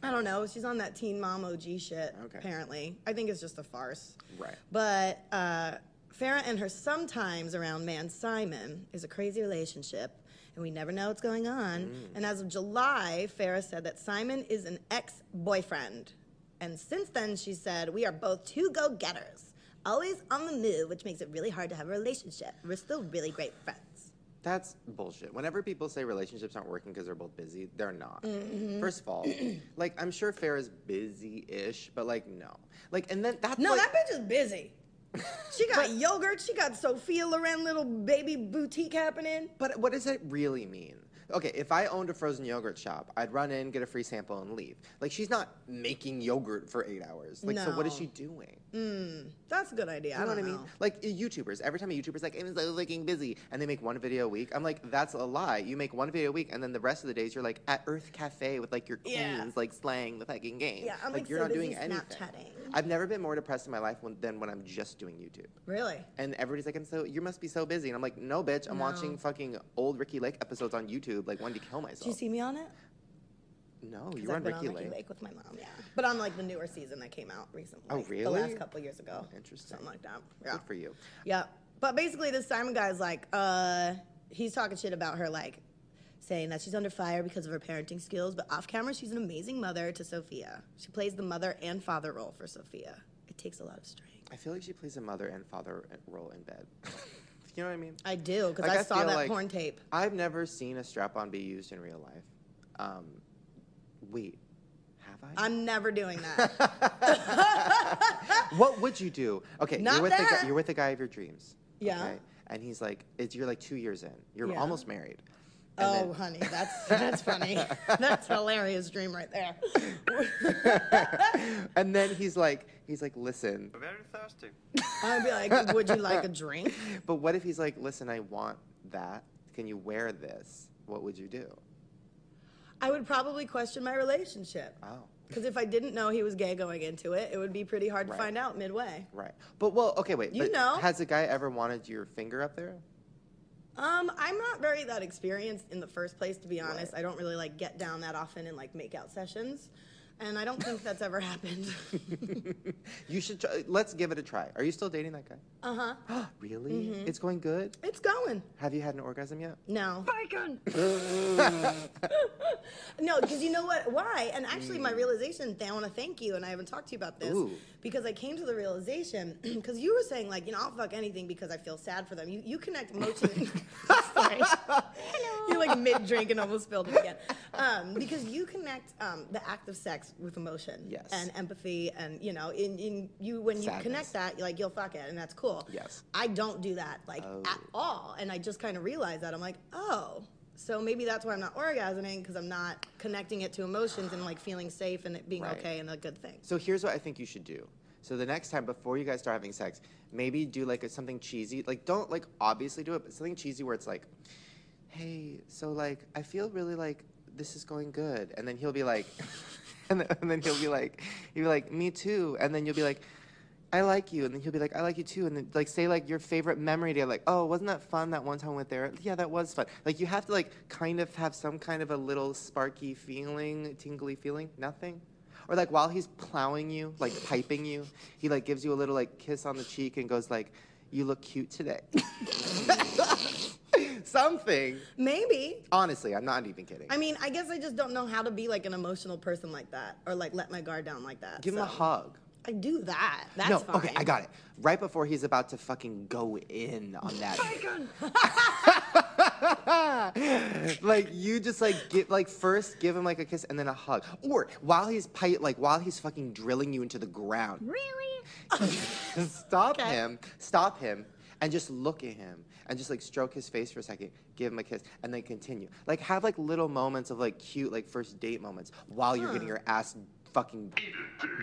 Speaker 2: I don't know. She's on that Teen Mom OG shit.
Speaker 1: Okay.
Speaker 2: Apparently, I think it's just a farce.
Speaker 1: Right.
Speaker 2: But uh, Farah and her sometimes around man Simon is a crazy relationship, and we never know what's going on.
Speaker 1: Mm.
Speaker 2: And as of July, Farah said that Simon is an ex boyfriend. And since then, she said, We are both two go getters, always on the move, which makes it really hard to have a relationship. We're still really great friends.
Speaker 1: That's bullshit. Whenever people say relationships aren't working because they're both busy, they're not.
Speaker 2: Mm-hmm.
Speaker 1: First of all, like I'm sure Farrah's busy-ish, but like no, like and then that's
Speaker 2: No,
Speaker 1: like,
Speaker 2: that bitch is busy. She got yogurt, she got Sophia Loren little baby boutique happening.
Speaker 1: But what does it really mean? Okay, if I owned a frozen yogurt shop, I'd run in, get a free sample, and leave. Like she's not making yogurt for eight hours. Like so, what is
Speaker 2: No. Mm,
Speaker 1: she doing?
Speaker 2: That's a good idea. I
Speaker 1: You know what
Speaker 2: don't
Speaker 1: I mean?
Speaker 2: know.
Speaker 1: Like YouTubers, every time a YouTuber's like, "I'm so fucking busy," and they make one video a week, I'm like, "That's a lie." You make one video a week, and then the rest of the days you're like at Earth Cafe with like your queens,
Speaker 2: Yeah.
Speaker 1: like slaying the fucking game.
Speaker 2: Yeah, I'm, like,
Speaker 1: you're
Speaker 2: so
Speaker 1: not doing
Speaker 2: busy
Speaker 1: anything.
Speaker 2: Snapchatting.
Speaker 1: I've never been more depressed in my life when, than when I'm just doing YouTube.
Speaker 2: Really?
Speaker 1: And everybody's like, "I'm so you must be so busy," and I'm like, "No, bitch, I'm watching fucking old Ricky Lake episodes on YouTube, like one to kill myself."
Speaker 2: Do you see me on it?
Speaker 1: No,
Speaker 2: 'Cause
Speaker 1: you were on
Speaker 2: I've been
Speaker 1: Ricky,
Speaker 2: on Ricky
Speaker 1: Lake.
Speaker 2: Lake. with my mom, yeah. But on like the newer season that came out recently.
Speaker 1: Oh,
Speaker 2: like, The
Speaker 1: really?
Speaker 2: last couple years ago.
Speaker 1: interesting.
Speaker 2: Something like that. Yeah.
Speaker 1: Good for you.
Speaker 2: Yeah. But basically, this Simon guy's like, uh, he's talking shit about her, like, saying that she's under fire because of her parenting skills, but off camera, she's an amazing mother to Sophia. She plays the mother and father role for Sophia. It takes a lot of strength.
Speaker 1: I feel like she plays a mother and father role in bed. you know what I mean?
Speaker 2: I do, because
Speaker 1: Like,
Speaker 2: I, saw
Speaker 1: feel
Speaker 2: that
Speaker 1: like
Speaker 2: porn tape.
Speaker 1: I've never seen a strap on be used in real life. Um, wait, have I?
Speaker 2: I'm never doing that.
Speaker 1: what would you do? Okay,
Speaker 2: Not
Speaker 1: you're with the
Speaker 2: that.
Speaker 1: guy, you're with the guy of your dreams.
Speaker 2: Yeah.
Speaker 1: Okay? And he's like, it's, you're like two years in. You're
Speaker 2: Yeah.
Speaker 1: almost married. And
Speaker 2: oh,
Speaker 1: then-
Speaker 2: honey, that's that's funny. that's a hilarious dream right there.
Speaker 1: and then he's like, he's like, listen.
Speaker 4: Very thirsty.
Speaker 2: I'd be like, would you like a drink?
Speaker 1: But what if he's like, listen, I want that. Can you wear this? What would you do?
Speaker 2: I would probably question my relationship.
Speaker 1: Oh.
Speaker 2: Because if I didn't know he was gay going into it, it would be pretty hard
Speaker 1: Right.
Speaker 2: to find out midway.
Speaker 1: Right. But well, okay, wait.
Speaker 2: You
Speaker 1: but
Speaker 2: know.
Speaker 1: Has a guy ever wanted your finger up there?
Speaker 2: Um, I'm not very that experienced in the first place, to be honest. I don't really like get down that often in like make out sessions. And I don't think that's ever happened.
Speaker 1: You should try. Let's give it a try. Are you still dating that guy?
Speaker 2: Uh huh.
Speaker 1: Really?
Speaker 2: Mm-hmm.
Speaker 1: It's going good?
Speaker 2: It's going.
Speaker 1: Have you had an orgasm yet?
Speaker 2: No. No, because you know what? Why? And actually, my realization, I want to thank you, and I haven't talked to you about this
Speaker 1: Mm. Ooh.
Speaker 2: because I came to the realization because you were saying, like, you know, I'll fuck anything because I feel sad for them. You, you connect emotionally. Sorry. You're like mid drink and almost spilled it again. Um, because you connect um, the act of sex with emotion
Speaker 1: Yes.
Speaker 2: and empathy, and, you know, in, in you, when you
Speaker 1: Sadness.
Speaker 2: connect that, like, you'll fuck it, and that's cool.
Speaker 1: Yes.
Speaker 2: I don't do that like
Speaker 1: Oh.
Speaker 2: at all. And I just kind of realized that. I'm like, oh, so maybe that's why I'm not orgasming because I'm not connecting it to emotions and like feeling safe and it being
Speaker 1: Right.
Speaker 2: okay and a good thing.
Speaker 1: So here's what I think you should do. So the next time before you guys start having sex, maybe do like a, something cheesy. Like don't like obviously do it, but something cheesy where it's like, "Hey, so like I feel really like this is going good," and then he'll be like, and, then, and then he'll be like, he'll be like, "Me too," and then you'll be like. I like you, and then he'll be like, "I like you too," and then like say like your favorite memory day, like, "Oh, wasn't that fun that one time with there?" Yeah, that was fun. Like you have to like kind of have some kind of a little sparky feeling, tingly feeling. Nothing, or like while he's plowing you, like piping you, he like gives you a little like kiss on the cheek and goes like, "You look cute today." Something.
Speaker 2: Maybe.
Speaker 1: Honestly, I'm not even kidding.
Speaker 2: I mean, I guess I just don't know how to be like an emotional person like that or like let my guard down like that.
Speaker 1: Give him a
Speaker 2: so.
Speaker 1: hug.
Speaker 2: I do that. That's
Speaker 1: no,
Speaker 2: fine.
Speaker 1: okay, I got it. Right before he's about to fucking go in on that. like you just like get like first give him like a kiss and then a hug, or while he's pi- like while he's fucking drilling you into the ground,
Speaker 3: Really?
Speaker 1: stop him, stop him, and just look at him and just like stroke his face for a second, give him a kiss, and then continue. Like have like little moments of like cute like first date moments while you're getting your ass fucking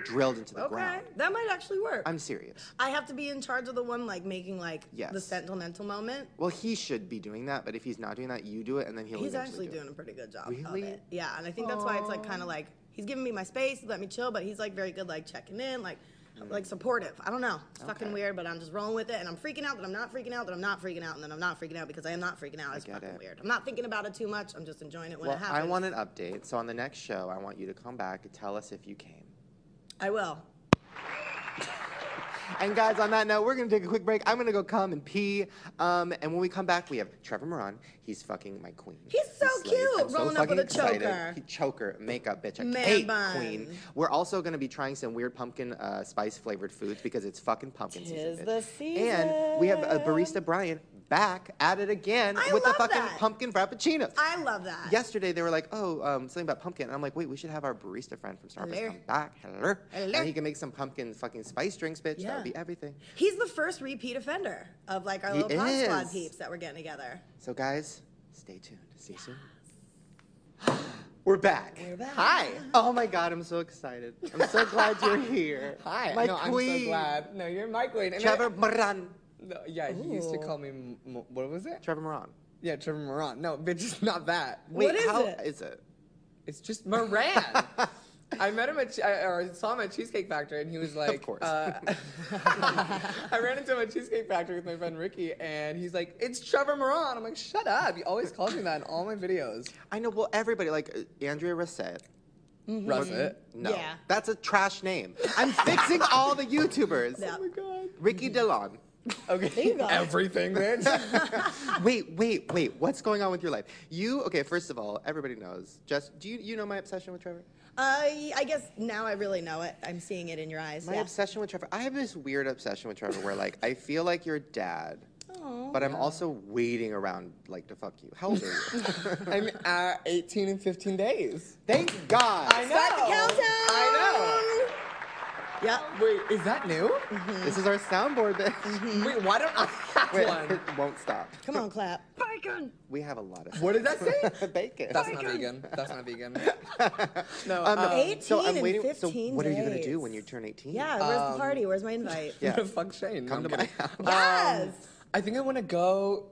Speaker 1: drilled into the
Speaker 2: Okay,
Speaker 1: ground.
Speaker 2: that might actually work.
Speaker 1: I'm serious.
Speaker 2: I have to be in charge of the one like making like the
Speaker 1: Yes.
Speaker 2: sentimental moment.
Speaker 1: Well, he should be doing that, but if he's not doing that, you do it, and then he'll.
Speaker 2: He's
Speaker 1: eventually Oh, do
Speaker 2: actually
Speaker 1: it.
Speaker 2: doing a pretty good job
Speaker 1: Really?
Speaker 2: of it. Yeah, and I think that's why it's like kind of like he's giving me my space, let me chill, but he's like very good, like checking in, like like supportive. I don't know. It's fucking
Speaker 1: Hmm. Okay.
Speaker 2: weird, but I'm just rolling with it, and I'm freaking out that I'm not freaking out that I'm not freaking out, and then I'm not freaking out because I am not freaking out. It's
Speaker 1: get
Speaker 2: fucking
Speaker 1: it.
Speaker 2: weird. I'm not thinking about it too much. I'm just enjoying it when
Speaker 1: Well,
Speaker 2: it
Speaker 1: I
Speaker 2: happens.
Speaker 1: want an update. So on the next show, I want you to come back and tell us if you came.
Speaker 2: I will.
Speaker 1: And guys, on that note, we're gonna take a quick break. I'm gonna go come and pee. Um, and when we come back, we have Trevor Moran. He's fucking my queen.
Speaker 2: He's so
Speaker 1: slays.
Speaker 2: cute,
Speaker 1: I'm so
Speaker 2: rolling up with
Speaker 1: fucking
Speaker 2: a
Speaker 1: excited.
Speaker 2: choker.
Speaker 1: He choker makeup bitch. I
Speaker 2: Man
Speaker 1: hate
Speaker 2: bun.
Speaker 1: queen. We're also gonna be trying some weird pumpkin uh, spice flavored foods because it's fucking pumpkin
Speaker 2: Tis
Speaker 1: season.
Speaker 2: the
Speaker 1: bitch. And we have a
Speaker 2: season.
Speaker 1: barista Brian back at it again
Speaker 2: I
Speaker 1: with the
Speaker 2: love
Speaker 1: fucking
Speaker 2: that.
Speaker 1: pumpkin frappuccinos.
Speaker 2: I love that.
Speaker 1: yesterday they were like, oh, um, something about pumpkin. And I'm like, wait, we should have our barista friend from Starbucks
Speaker 2: Hello.
Speaker 1: come back. Hello.
Speaker 2: Hello.
Speaker 1: And he can make some pumpkin fucking spice drinks, bitch. That
Speaker 2: Yeah.
Speaker 1: would be everything.
Speaker 2: He's the first repeat offender of like our
Speaker 1: He
Speaker 2: little pod squad
Speaker 1: is.
Speaker 2: peeps that we're getting together.
Speaker 1: So, guys, stay tuned. See you soon. We're back. We're
Speaker 2: back.
Speaker 1: Hi. Oh my God, I'm so excited. I'm so glad you're here.
Speaker 4: Hi.
Speaker 1: my
Speaker 4: no,
Speaker 1: queen.
Speaker 4: I'm so glad. No, you're my queen. And
Speaker 1: Trevor
Speaker 4: I-
Speaker 1: Moran.
Speaker 4: no, yeah, you used to
Speaker 2: Ooh.
Speaker 4: call me. M- M- what was it?
Speaker 1: Trevor Moran.
Speaker 4: Yeah, Trevor Moran. No, bitch, it's not that.
Speaker 1: Wait,
Speaker 2: is
Speaker 1: how
Speaker 2: it?
Speaker 1: is it?
Speaker 4: It's just Moran. I met him at che- I, or I saw him at Cheesecake Factory, and he was like,
Speaker 1: course.
Speaker 4: Uh, I ran into him at Cheesecake Factory with my friend Ricky, and he's like, "It's Trevor Moran." I'm like, "Shut up! You always call me that in all my videos."
Speaker 1: I know. Well, everybody like uh, Andrea Rosset.
Speaker 4: Was it?
Speaker 1: No,
Speaker 2: Yeah.
Speaker 1: that's a trash name. I'm fixing all the YouTubers.
Speaker 2: Yeah.
Speaker 4: Oh my god.
Speaker 1: Ricky Delon.
Speaker 4: Okay.
Speaker 2: you go.
Speaker 4: Everything, bitch.
Speaker 1: wait, wait, wait. What's going on with your life? You okay? First of all, everybody knows. Just do you you know my obsession with Trevor?
Speaker 2: I I guess now I really know it. I'm seeing it in your eyes.
Speaker 1: My
Speaker 2: yeah.
Speaker 1: obsession with Trevor. I have this weird obsession with Trevor where like I feel like your dad,
Speaker 2: Aw.
Speaker 1: but I'm also waiting around like to fuck you. How old are you?
Speaker 4: I'm at 18 and 15 days.
Speaker 1: Thank God.
Speaker 4: I
Speaker 2: Start the
Speaker 4: No.
Speaker 2: countdown.
Speaker 4: I
Speaker 2: know. Yep.
Speaker 4: Wait, is that new?
Speaker 1: This is our soundboard. Bitch.
Speaker 2: Mhm.
Speaker 4: Wait, why don't I have
Speaker 1: Wait,
Speaker 4: one?
Speaker 1: it won't stop.
Speaker 2: Come on, clap.
Speaker 1: We have a lot of
Speaker 4: What did that say?
Speaker 1: bacon.
Speaker 4: That's not vegan. That's not vegan. No,
Speaker 1: Um,
Speaker 4: um,
Speaker 2: Eight-
Speaker 1: so
Speaker 2: 18
Speaker 1: I'm
Speaker 2: and
Speaker 1: waiting. so
Speaker 2: 15
Speaker 1: what are you gonna
Speaker 2: days.
Speaker 1: do when you turn 18?
Speaker 2: Yeah, where's the party? Where's my invite?
Speaker 1: Yeah.
Speaker 4: fuck Shane.
Speaker 1: Come
Speaker 4: No,
Speaker 1: to
Speaker 4: I'm
Speaker 1: my
Speaker 4: kidding.
Speaker 1: house.
Speaker 2: Yes.
Speaker 4: I think I want to go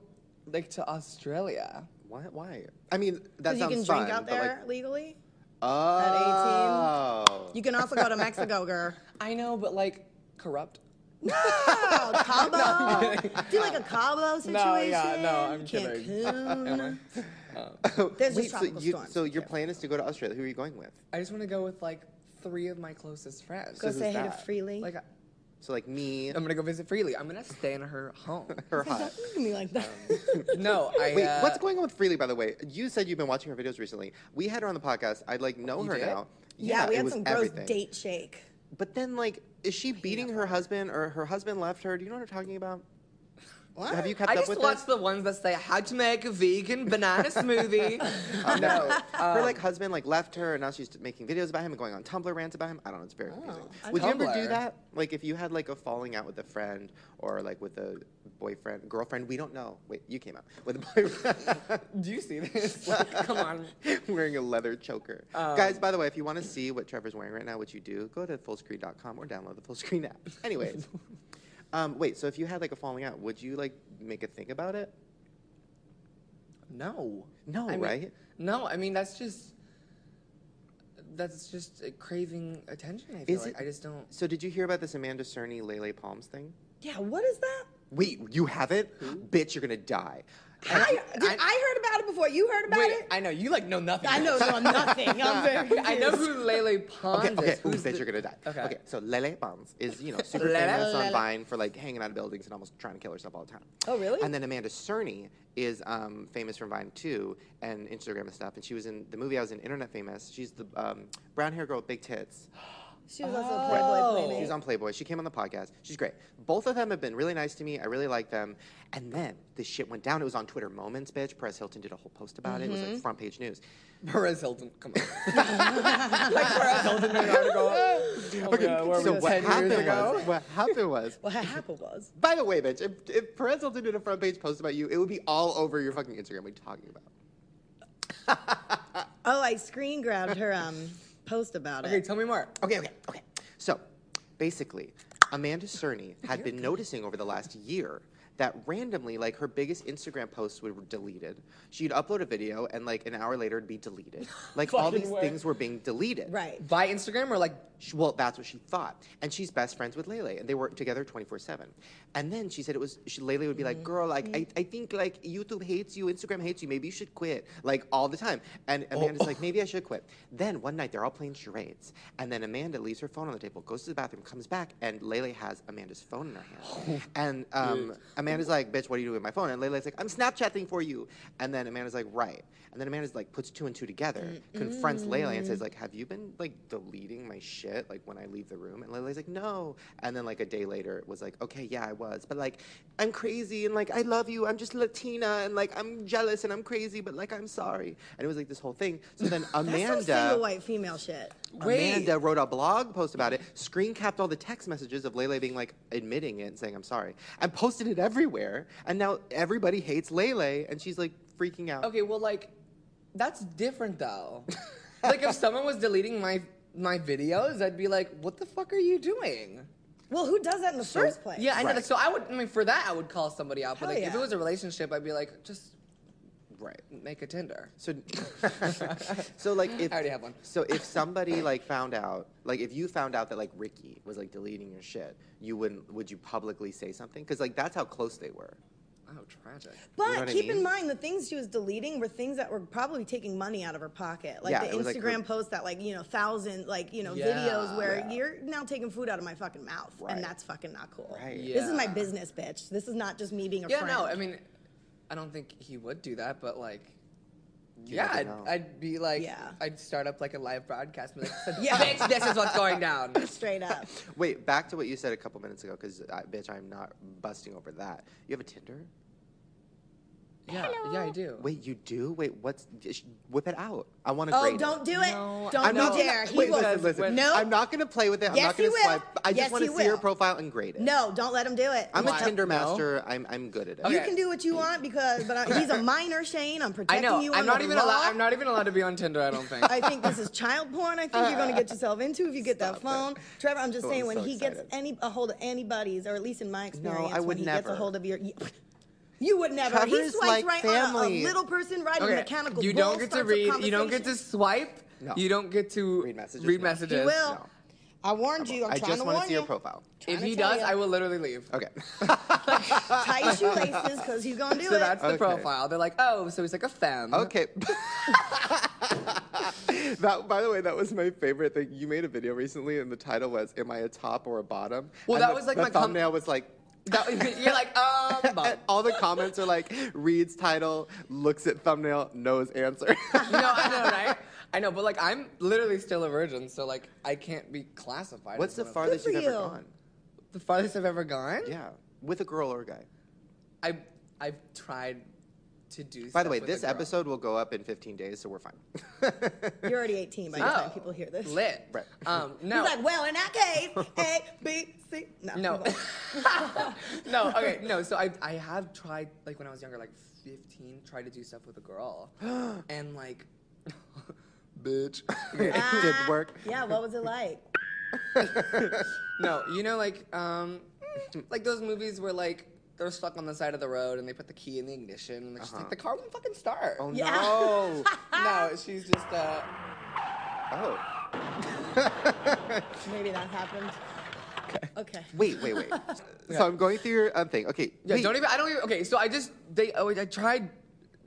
Speaker 4: like to Australia.
Speaker 1: Why? Why? I mean, that
Speaker 2: Because you
Speaker 1: sounds
Speaker 2: can
Speaker 1: fun.
Speaker 2: drink out
Speaker 1: but, like,
Speaker 2: there legally.
Speaker 1: oh.
Speaker 2: You can also go to Mexico, girl.
Speaker 4: I know, but like corrupt.
Speaker 2: Oh, Cabo. Do like a Cabo situation.
Speaker 4: No, yeah, no, I'm kidding. Um,
Speaker 2: Cancun. There's
Speaker 1: Wait,
Speaker 2: just
Speaker 1: so,
Speaker 2: tropical
Speaker 1: you,
Speaker 2: storms.
Speaker 1: so your plan is to go to Australia. Who are you going with?
Speaker 4: I just want to go with like three of my closest friends.
Speaker 2: Go
Speaker 1: who's
Speaker 2: say hey to
Speaker 1: that?
Speaker 2: Freely.
Speaker 4: Like,
Speaker 1: So like me,
Speaker 4: I'm gonna go visit Freely. I'm gonna stay in her home.
Speaker 1: her hot.
Speaker 2: Don't look at me like that.
Speaker 1: Um,
Speaker 4: no, I.
Speaker 1: Wait,
Speaker 4: uh,
Speaker 1: what's going on with Freely? By the way, you said you've been watching her videos recently. We had her on the podcast. I like know
Speaker 4: You
Speaker 1: her
Speaker 4: did?
Speaker 1: now.
Speaker 2: yeah, we
Speaker 1: it
Speaker 2: had
Speaker 1: was
Speaker 2: some gross
Speaker 1: everything.
Speaker 2: date shake.
Speaker 1: But then, like, is she beating her husband or her husband left her? Do you know what I'm talking about?
Speaker 2: What?
Speaker 1: Have you kept
Speaker 4: I
Speaker 1: up
Speaker 4: just
Speaker 1: with
Speaker 4: watched
Speaker 1: this?
Speaker 4: the ones that say how to make a vegan banana smoothie. Um,
Speaker 1: no, her like husband like left her, and now she's making videos about him and going on Tumblr rants about him. I don't know. It's very confusing.
Speaker 2: I
Speaker 1: Would you ever do
Speaker 4: Tumblr.
Speaker 1: that? Like, if you had like a falling out with a friend or like with a boyfriend, girlfriend? We don't know. Wait, you came out with a boyfriend.
Speaker 4: Do you see this? Like, come on.
Speaker 1: wearing a leather choker. Guys, by the way, if you want to see what Trevor's wearing right now, which you do, go to fullscreen.com or download the full screen app. Anyways, um, wait. So if you had like a falling out, would you like make a thing about it?
Speaker 4: No.
Speaker 1: No,
Speaker 4: I mean-
Speaker 1: right?
Speaker 4: No, I mean that's just that's just uh, craving attention. I feel
Speaker 1: Is
Speaker 4: like
Speaker 1: it-
Speaker 4: I just don't.
Speaker 1: So did you hear about this Amanda Cerny Lele Palms thing?
Speaker 2: Yeah, what is that?
Speaker 1: Wait, you haven't? Bitch, you're gonna die.
Speaker 2: I, did, I, heard about it before you heard about
Speaker 4: Wait,
Speaker 2: it.
Speaker 4: I know you like know nothing.
Speaker 2: I know no, nothing. I'm very confused.
Speaker 4: I know who Lele Pons
Speaker 1: Okay, okay.
Speaker 4: is.
Speaker 1: Ooh,
Speaker 4: Who's
Speaker 1: bitch,
Speaker 4: the-
Speaker 1: you're gonna die. Okay.
Speaker 4: Okay.
Speaker 1: so Lele Pons is, you know, super
Speaker 4: Lele.
Speaker 1: famous on
Speaker 2: Lele.
Speaker 1: Vine for like hanging out of buildings and almost trying to kill herself all the time.
Speaker 2: Oh, really?
Speaker 1: And then Amanda Cerny is um, famous from Vine too and Instagram and stuff. And she was in the movie I was in, Internet Famous. She's the um, brown hair girl with big tits.
Speaker 2: She was also a
Speaker 4: Oh.
Speaker 2: Playboy playmate.
Speaker 1: She was on Playboy. She came on the podcast. She's great. Both of them have been really nice to me. I really like them. And then this shit went down. It was on Twitter Moments, bitch. Perez Hilton did a whole post about it. It was
Speaker 2: Mm-hmm.
Speaker 1: like front page news.
Speaker 4: Perez Hilton. Come on. like Perez Hilton made an article. Oh my God, where were
Speaker 1: so
Speaker 4: we,
Speaker 1: what
Speaker 4: 10 years
Speaker 1: happened
Speaker 4: ago?
Speaker 1: was, what happened was
Speaker 2: What happened was.
Speaker 1: By the way, bitch, if, if Perez Hilton did a front page post about you, it would be all over your fucking Instagram. What are you talking about?
Speaker 2: Oh, I screen grabbed her um post about
Speaker 4: Okay,
Speaker 2: it.
Speaker 4: tell me more.
Speaker 1: Okay, okay, okay. So, basically, Amanda Cerny had been noticing over the last year that randomly, like, her biggest Instagram posts were deleted. She'd upload a video, and like an hour later, it'd be deleted. Like all
Speaker 4: Fucking
Speaker 1: these
Speaker 4: way.
Speaker 1: things were being deleted.
Speaker 2: Right.
Speaker 4: By Instagram or like
Speaker 1: She, well, that's what she thought. And she's best friends with Lele, and they were together 24 7. And then she said it was, she, Lele would be like, Girl, like, I, I think, like, YouTube hates you, Instagram hates you, maybe you should quit, like, all the time. And Amanda's like, Maybe I should quit. Then one night they're all playing charades. And then Amanda leaves her phone on the table, goes to the bathroom, comes back, and Lele has Amanda's phone in her hand. and um, Amanda's like, Bitch, what are you doing with my phone? And Lele's like, I'm Snapchatting for you. And then Amanda's like, Right. And then Amanda's like, puts two and two together, confronts Lele and says, like, have you been like deleting my shit like when I leave the room? And Lele's like, no. And then like a day later it was like, okay, yeah, I was. But like, I'm crazy and like, I love you. I'm just Latina and like, I'm jealous and I'm crazy, but like, I'm sorry. And it was like this whole thing. So then
Speaker 2: That's some single
Speaker 1: Amanda.
Speaker 2: white female shit.
Speaker 1: Amanda wrote a blog post about it,
Speaker 4: Mm-hmm.
Speaker 1: screen capped all the text messages of Lele being like admitting it and saying, I'm sorry, and posted it everywhere. And now everybody hates Lele, and she's like freaking out.
Speaker 4: Okay, well, like, that's different though. like, if someone was deleting my my videos, I'd be like, "What the fuck are you doing?"
Speaker 2: Well, who does that in the first place?
Speaker 4: Yeah, I know.
Speaker 1: Right.
Speaker 4: Like, so I would. I mean, for that, I would call somebody out. But
Speaker 2: Hell
Speaker 4: like, if
Speaker 2: yeah.
Speaker 4: it was a relationship, I'd be like, just
Speaker 1: Right.
Speaker 4: make a Tinder.
Speaker 1: So, so like if
Speaker 4: I already have one.
Speaker 1: So if somebody like found out, like if you found out that like Ricky was like deleting your shit, you wouldn't? Would you publicly say something? Because like that's how close they were.
Speaker 4: Oh, tragic.
Speaker 2: But
Speaker 1: know what I
Speaker 2: keep
Speaker 1: mean?
Speaker 2: in mind, the things she was deleting were things that were probably taking money out of her pocket, like
Speaker 1: Yeah,
Speaker 2: the
Speaker 1: it was like
Speaker 2: Instagram
Speaker 1: her-
Speaker 2: post that, like you know, thousand, like you know,
Speaker 4: Yeah,
Speaker 2: videos where
Speaker 4: yeah.
Speaker 2: you're now taking food out of my fucking mouth,
Speaker 1: Right.
Speaker 2: and that's fucking not cool.
Speaker 1: Right.
Speaker 2: This is my
Speaker 4: Yeah.
Speaker 2: business, bitch. This is not just me being a
Speaker 4: Yeah,
Speaker 2: friend.
Speaker 4: no. I mean, I don't think he would do that, but like. yeah,
Speaker 1: never
Speaker 4: I'd,
Speaker 1: know.
Speaker 4: I'd be like,
Speaker 2: Yeah.
Speaker 4: I'd start up like a live broadcast, and be like,
Speaker 2: Yeah.
Speaker 4: bitch, this is what's going down.
Speaker 2: straight up.
Speaker 1: Wait, back to what you said a couple minutes ago, because bitch, I'm not busting over that. You have a Tinder?
Speaker 4: Yeah, yeah, I do.
Speaker 1: Wait, you do? Wait, what's? sh- Whip it out. I want to.
Speaker 2: Oh, don't do it.
Speaker 4: No,
Speaker 2: don't
Speaker 1: I'm
Speaker 2: you
Speaker 1: not
Speaker 2: dare. He
Speaker 1: wait,
Speaker 2: will.
Speaker 1: listen, listen.
Speaker 2: Nope.
Speaker 1: I'm not gonna play with it. I'm
Speaker 2: Yes,
Speaker 1: not
Speaker 2: he
Speaker 1: gonna
Speaker 2: will.
Speaker 1: swipe. I just
Speaker 2: Yes,
Speaker 1: want
Speaker 2: he
Speaker 1: to see her
Speaker 2: will.
Speaker 1: profile and grade it.
Speaker 2: No, don't let him do it.
Speaker 1: I'm
Speaker 2: Why?
Speaker 1: a Tinder
Speaker 4: No.
Speaker 1: master. I'm I'm good at it.
Speaker 2: You
Speaker 4: Okay.
Speaker 2: can do what you want because, but I, he's a minor, Shane. I'm
Speaker 4: I
Speaker 2: protecting
Speaker 4: know.
Speaker 2: you.
Speaker 4: I'm
Speaker 2: under
Speaker 4: not
Speaker 2: the
Speaker 4: even
Speaker 2: law.
Speaker 4: allowed. I'm not even allowed to be on Tinder. I don't think.
Speaker 2: I think this is child porn. I think you're going to get yourself into if you get that phone.
Speaker 1: Stop
Speaker 2: Trevor, I'm just
Speaker 1: Oh, I'm
Speaker 2: saying when
Speaker 1: so
Speaker 2: he
Speaker 1: excited.
Speaker 2: gets any a hold of anybody's, or at least in my experience,
Speaker 1: I would
Speaker 2: when he gets a
Speaker 1: never.
Speaker 2: hold of your. You would never. he
Speaker 1: Trevor's
Speaker 2: swipes
Speaker 1: like
Speaker 2: right on a- a,
Speaker 1: family.
Speaker 2: little person riding a mechanical.
Speaker 4: you
Speaker 2: bull
Speaker 4: don't get to
Speaker 2: starts a
Speaker 4: read. You don't get to
Speaker 2: conversation.
Speaker 4: swipe.
Speaker 1: No.
Speaker 4: You don't get to
Speaker 1: Read messages,
Speaker 4: Read
Speaker 1: no.
Speaker 4: messages.
Speaker 2: He will.
Speaker 1: No.
Speaker 2: I warned you. I'm
Speaker 1: I
Speaker 2: trying
Speaker 1: just
Speaker 2: to
Speaker 1: want
Speaker 2: warn
Speaker 1: to see your
Speaker 2: you.
Speaker 1: profile.
Speaker 2: Trying
Speaker 4: If
Speaker 2: to
Speaker 4: he
Speaker 2: tell
Speaker 4: does,
Speaker 2: ya.
Speaker 4: I will literally leave.
Speaker 1: Okay.
Speaker 2: tie your shoelaces because he's gonna do
Speaker 4: So
Speaker 2: it.
Speaker 4: that's the
Speaker 1: Okay.
Speaker 4: profile. They're like, oh, so he's like a femme.
Speaker 1: okay. that, by the way, that was my favorite thing. You made a video recently, and the title was "Am I a top or a bottom?"
Speaker 4: Well,
Speaker 1: And
Speaker 4: that
Speaker 1: the-
Speaker 4: was like
Speaker 1: the
Speaker 4: my com-
Speaker 1: thumbnail was like.
Speaker 4: That- you're like, um, bum.
Speaker 1: And all the comments are like reads title, looks at thumbnail, knows answer.
Speaker 4: you know, I know, right? I know, but like, I'm literally still a virgin, so like, I can't be classified.
Speaker 1: What's
Speaker 4: as
Speaker 1: the
Speaker 4: one of-
Speaker 1: farthest
Speaker 2: for
Speaker 1: you've ever
Speaker 2: you.
Speaker 1: gone?
Speaker 4: the farthest I've ever gone?
Speaker 1: Yeah, with a girl or a guy.
Speaker 4: I I've tried to do.
Speaker 1: By
Speaker 4: stuff
Speaker 1: the way,
Speaker 4: with
Speaker 1: this
Speaker 4: a girl.
Speaker 1: episode will go up in 15 days, so we're fine.
Speaker 2: You're already 18 by the
Speaker 4: Oh,
Speaker 2: time people hear this.
Speaker 4: lit.
Speaker 1: Right.
Speaker 4: Um,
Speaker 2: He's
Speaker 4: no,
Speaker 2: like, well, in that case, A, B, C. No.
Speaker 4: no,
Speaker 2: I'm
Speaker 4: no. Okay, no. So I I have tried like when I was younger, like 15, tried to do stuff with a girl, and like, bitch. Okay.
Speaker 2: like,
Speaker 1: Did
Speaker 2: "Ah."
Speaker 1: work.
Speaker 2: Yeah, what was it like?
Speaker 4: No, you know, like um, like those movies where like. They're stuck on the side of the road, and they put the key in the ignition, and they're just like, the car won't fucking start.
Speaker 1: Uh-huh. Oh
Speaker 2: Yeah.
Speaker 1: no!
Speaker 4: no, she's just uh,
Speaker 1: Oh.
Speaker 2: Maybe that happened. Okay.
Speaker 1: Wait, wait, wait. So I'm going through your um, thing. Okay.
Speaker 4: Yeah,
Speaker 1: wait.
Speaker 4: don't even. I don't even. Okay, so I just they. Oh, I tried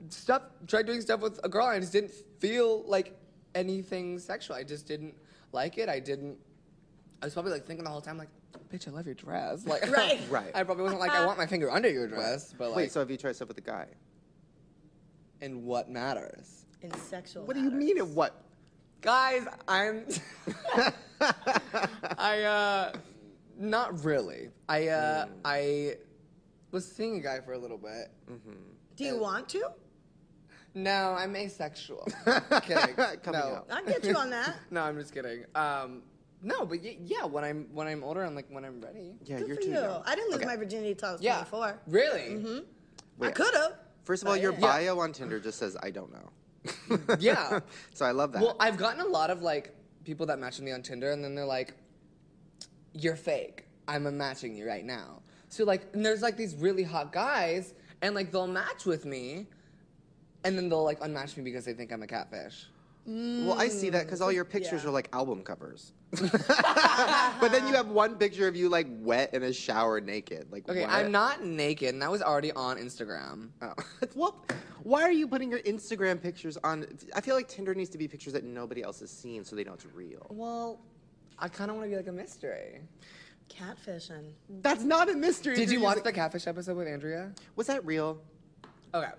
Speaker 4: stuff. Tried doing stuff with a girl. and I just didn't feel like anything sexual. I just didn't like it. I didn't. I was probably like thinking the whole time, like, "Bitch, I love your dress." Like,
Speaker 2: Right.
Speaker 1: Right.
Speaker 4: I probably wasn't like, "I want my finger under your dress," but like,
Speaker 1: Wait. So have you tried stuff with a guy?
Speaker 4: and what matters,
Speaker 2: In sexual.
Speaker 1: What do you
Speaker 2: matters.
Speaker 1: mean? It what?
Speaker 4: guys? I'm. I uh, not really. I uh,
Speaker 1: Mm.
Speaker 4: I was seeing a guy for a little bit.
Speaker 2: Do you want to?
Speaker 4: No, I'm asexual. kidding.
Speaker 1: Coming
Speaker 4: no.
Speaker 1: out.
Speaker 2: I can get you on that.
Speaker 4: No, I'm just kidding. Um, no, but y- yeah, when I'm when I'm older, I'm like when I'm ready.
Speaker 1: Yeah,
Speaker 2: Good
Speaker 1: you're
Speaker 2: for
Speaker 1: too
Speaker 2: you.
Speaker 1: young.
Speaker 2: I didn't lose
Speaker 1: Okay.
Speaker 2: my virginity until I was
Speaker 4: Yeah.
Speaker 2: 24.
Speaker 4: Really?
Speaker 2: Mm-hmm. I could have.
Speaker 1: First of all, your
Speaker 4: Yeah.
Speaker 1: bio on Tinder just says I don't know.
Speaker 4: Yeah.
Speaker 1: so I love that.
Speaker 4: Well, I've gotten a lot of like people that match with me on Tinder, and then they're like, "You're fake. I'm unmatching you right now." So like, and there's like these really hot guys, and like they'll match with me, and then they'll like unmatch me because they think I'm a catfish.
Speaker 1: Well, I see that because all your pictures
Speaker 2: yeah.
Speaker 1: are like album covers. but then you have one picture of you like wet in a shower naked. Like,
Speaker 4: Okay,
Speaker 1: what?
Speaker 4: I'm not naked, and that was already on Instagram.
Speaker 1: Oh. well, why are you putting your Instagram pictures on? I feel like Tinder needs to be pictures that nobody else has seen, so they know it's real.
Speaker 4: Well, I kind of want to be like a mystery.
Speaker 2: Catfishing.
Speaker 1: That's not a mystery.
Speaker 4: Did you
Speaker 1: You're
Speaker 4: watch
Speaker 1: using-
Speaker 4: the catfish episode with Andrea?
Speaker 1: Was that real?
Speaker 4: Okay.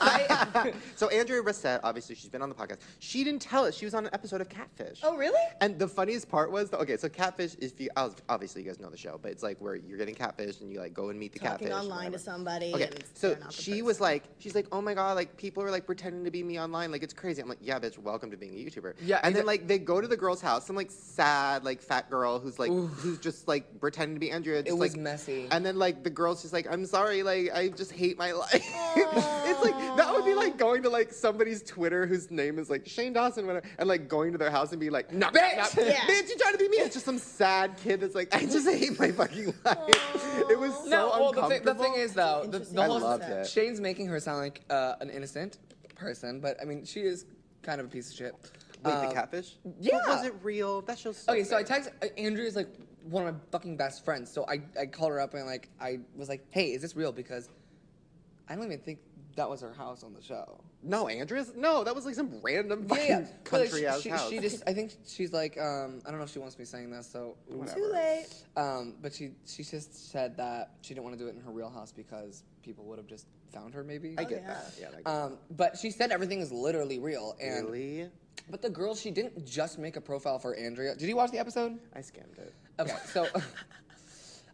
Speaker 4: I
Speaker 1: so Andrea Rissette, obviously, she's been on the podcast. She didn't tell us she was on an episode of Catfish.
Speaker 2: Oh, really?
Speaker 1: And the funniest part was, okay, so Catfish is if you obviously you guys know the show, but it's like where you're getting catfish and you like go and meet the
Speaker 2: Talking
Speaker 1: catfish
Speaker 2: online to
Speaker 1: whatever.
Speaker 2: somebody.
Speaker 1: Okay,
Speaker 2: and
Speaker 1: so
Speaker 2: they're not the
Speaker 1: she
Speaker 2: person.
Speaker 1: was like, she's like, oh my god, like people are like pretending to be me online, like it's crazy. I'm like, yeah, bitch, welcome to being a YouTuber.
Speaker 4: Yeah,
Speaker 1: and then
Speaker 4: exa-
Speaker 1: like they go to the girl's house, some like sad, like fat girl who's like, who's just like pretending to be Andrea. Just,
Speaker 4: was
Speaker 1: like,
Speaker 4: messy.
Speaker 1: And then like the girl's just like, I'm sorry, like I just hate my life. it's like that would be like going to like somebody's Twitter whose name is like Shane Dawson, whatever, and like going to their house and be like, no, bitch,
Speaker 4: Bitch!
Speaker 2: Yeah.
Speaker 1: bitch, you trying to be me? It's just some sad kid that's like, I just hate my fucking life. It was so
Speaker 4: no, well, the,
Speaker 1: uncomfortable.
Speaker 4: thi- the thing is though, the,
Speaker 2: Interesting
Speaker 4: the
Speaker 1: I
Speaker 4: whole
Speaker 1: loved it.
Speaker 4: Shane's making her sound like uh, an innocent person, but I mean, she is kind of a piece of shit.
Speaker 1: Wait,
Speaker 4: Um,
Speaker 1: the catfish?
Speaker 4: yeah.
Speaker 1: But was it real? That show's so
Speaker 4: Okay, so I
Speaker 1: fake.
Speaker 4: text uh, Andrea's like one of my fucking best friends, so I I called her up and like I was like, hey, is this real? Because I don't even think that was her house on the show.
Speaker 1: No, Andrea's? No, that was like some random
Speaker 4: Yeah, yeah.
Speaker 1: fucking
Speaker 4: But, like,
Speaker 1: country ass
Speaker 4: she,
Speaker 1: house.
Speaker 4: she, she just, I think she's like, um, I don't know if she wants me saying this, so whatever.
Speaker 2: Too late.
Speaker 4: Um, but she she just said that she didn't want to do it in her real house because people would have just found her, maybe.
Speaker 1: I get
Speaker 2: yeah.
Speaker 1: that. Oh, Yeah, I get
Speaker 4: Um, but she said everything is literally real.
Speaker 1: that.
Speaker 4: And
Speaker 1: Really?
Speaker 4: but the girl, she didn't just make a profile for Andrea. Did you watch the episode?
Speaker 1: I scammed it.
Speaker 4: Okay, so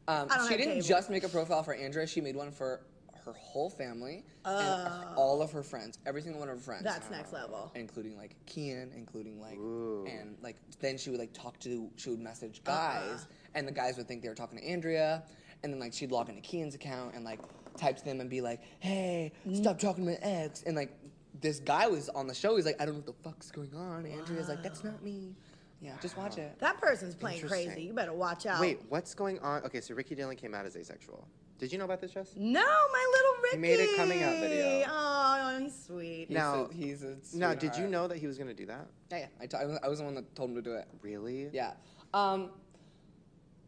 Speaker 4: um,
Speaker 2: I don't
Speaker 4: she
Speaker 2: have
Speaker 4: didn't
Speaker 2: cable.
Speaker 4: just make a profile for Andrea. She made one for her whole family and all of her friends, every single one of her friends
Speaker 2: Oh. That's next level.
Speaker 4: including like Kian, including like, and like then she would like talk to, she would message
Speaker 2: Uh-uh.
Speaker 4: guys, and the guys would think they were talking to Andrea, and then like she'd log into Kian's account and like type to them and be like, hey,
Speaker 2: Mm.
Speaker 4: stop talking to my ex, and like this guy was on the show, he's like, I don't know what the fuck's going on, and Andrea's like, that's not me, yeah, just watch it.
Speaker 2: That person's playing
Speaker 1: Interesting.
Speaker 4: Oh.
Speaker 2: crazy. You better watch out.
Speaker 1: Wait, what's going on? Okay, so Ricky Dillon came out as asexual. Did you know about this, Jess?
Speaker 2: No, my little Ricky.
Speaker 1: He made a coming out video.
Speaker 2: Oh, he's sweet.
Speaker 4: He's
Speaker 1: Now-
Speaker 4: a, he's a
Speaker 1: Now, did you
Speaker 4: sweetheart.
Speaker 1: know that he was going to do that?
Speaker 4: Yeah, yeah. I, t- I was- I was the one that told him to do it.
Speaker 1: Really?
Speaker 4: Yeah. Um,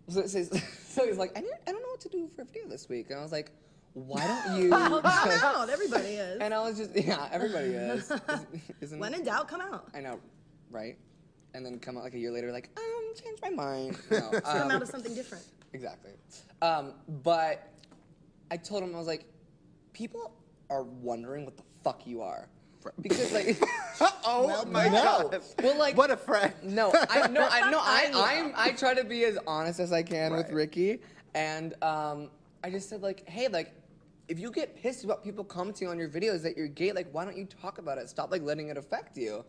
Speaker 4: so, it says- so he's like, I, didn't, I don't know what to do for a video this week. And I was like, why don't you?
Speaker 2: Come out, everybody is.
Speaker 4: and I was just, yeah, everybody is. Isn't
Speaker 2: when in doubt, come out.
Speaker 4: I know, right? And then come out like a year later, like, um, changed my mind. No, um,
Speaker 2: Come out of something different.
Speaker 4: Exactly. Um, but I told him I was like, people are wondering what the fuck you are. Because like
Speaker 1: Oh my
Speaker 4: no.
Speaker 1: god.
Speaker 4: Well, like-
Speaker 1: what a friend.
Speaker 4: No, I no, I no, I
Speaker 2: Yeah.
Speaker 4: I'm, I try to be as honest as I can with
Speaker 1: Right.
Speaker 4: Ricky, and um, I just said like, hey, like, if you get pissed about people commenting on your videos that you're gay, like, why don't you talk about it? Stop like letting it affect you.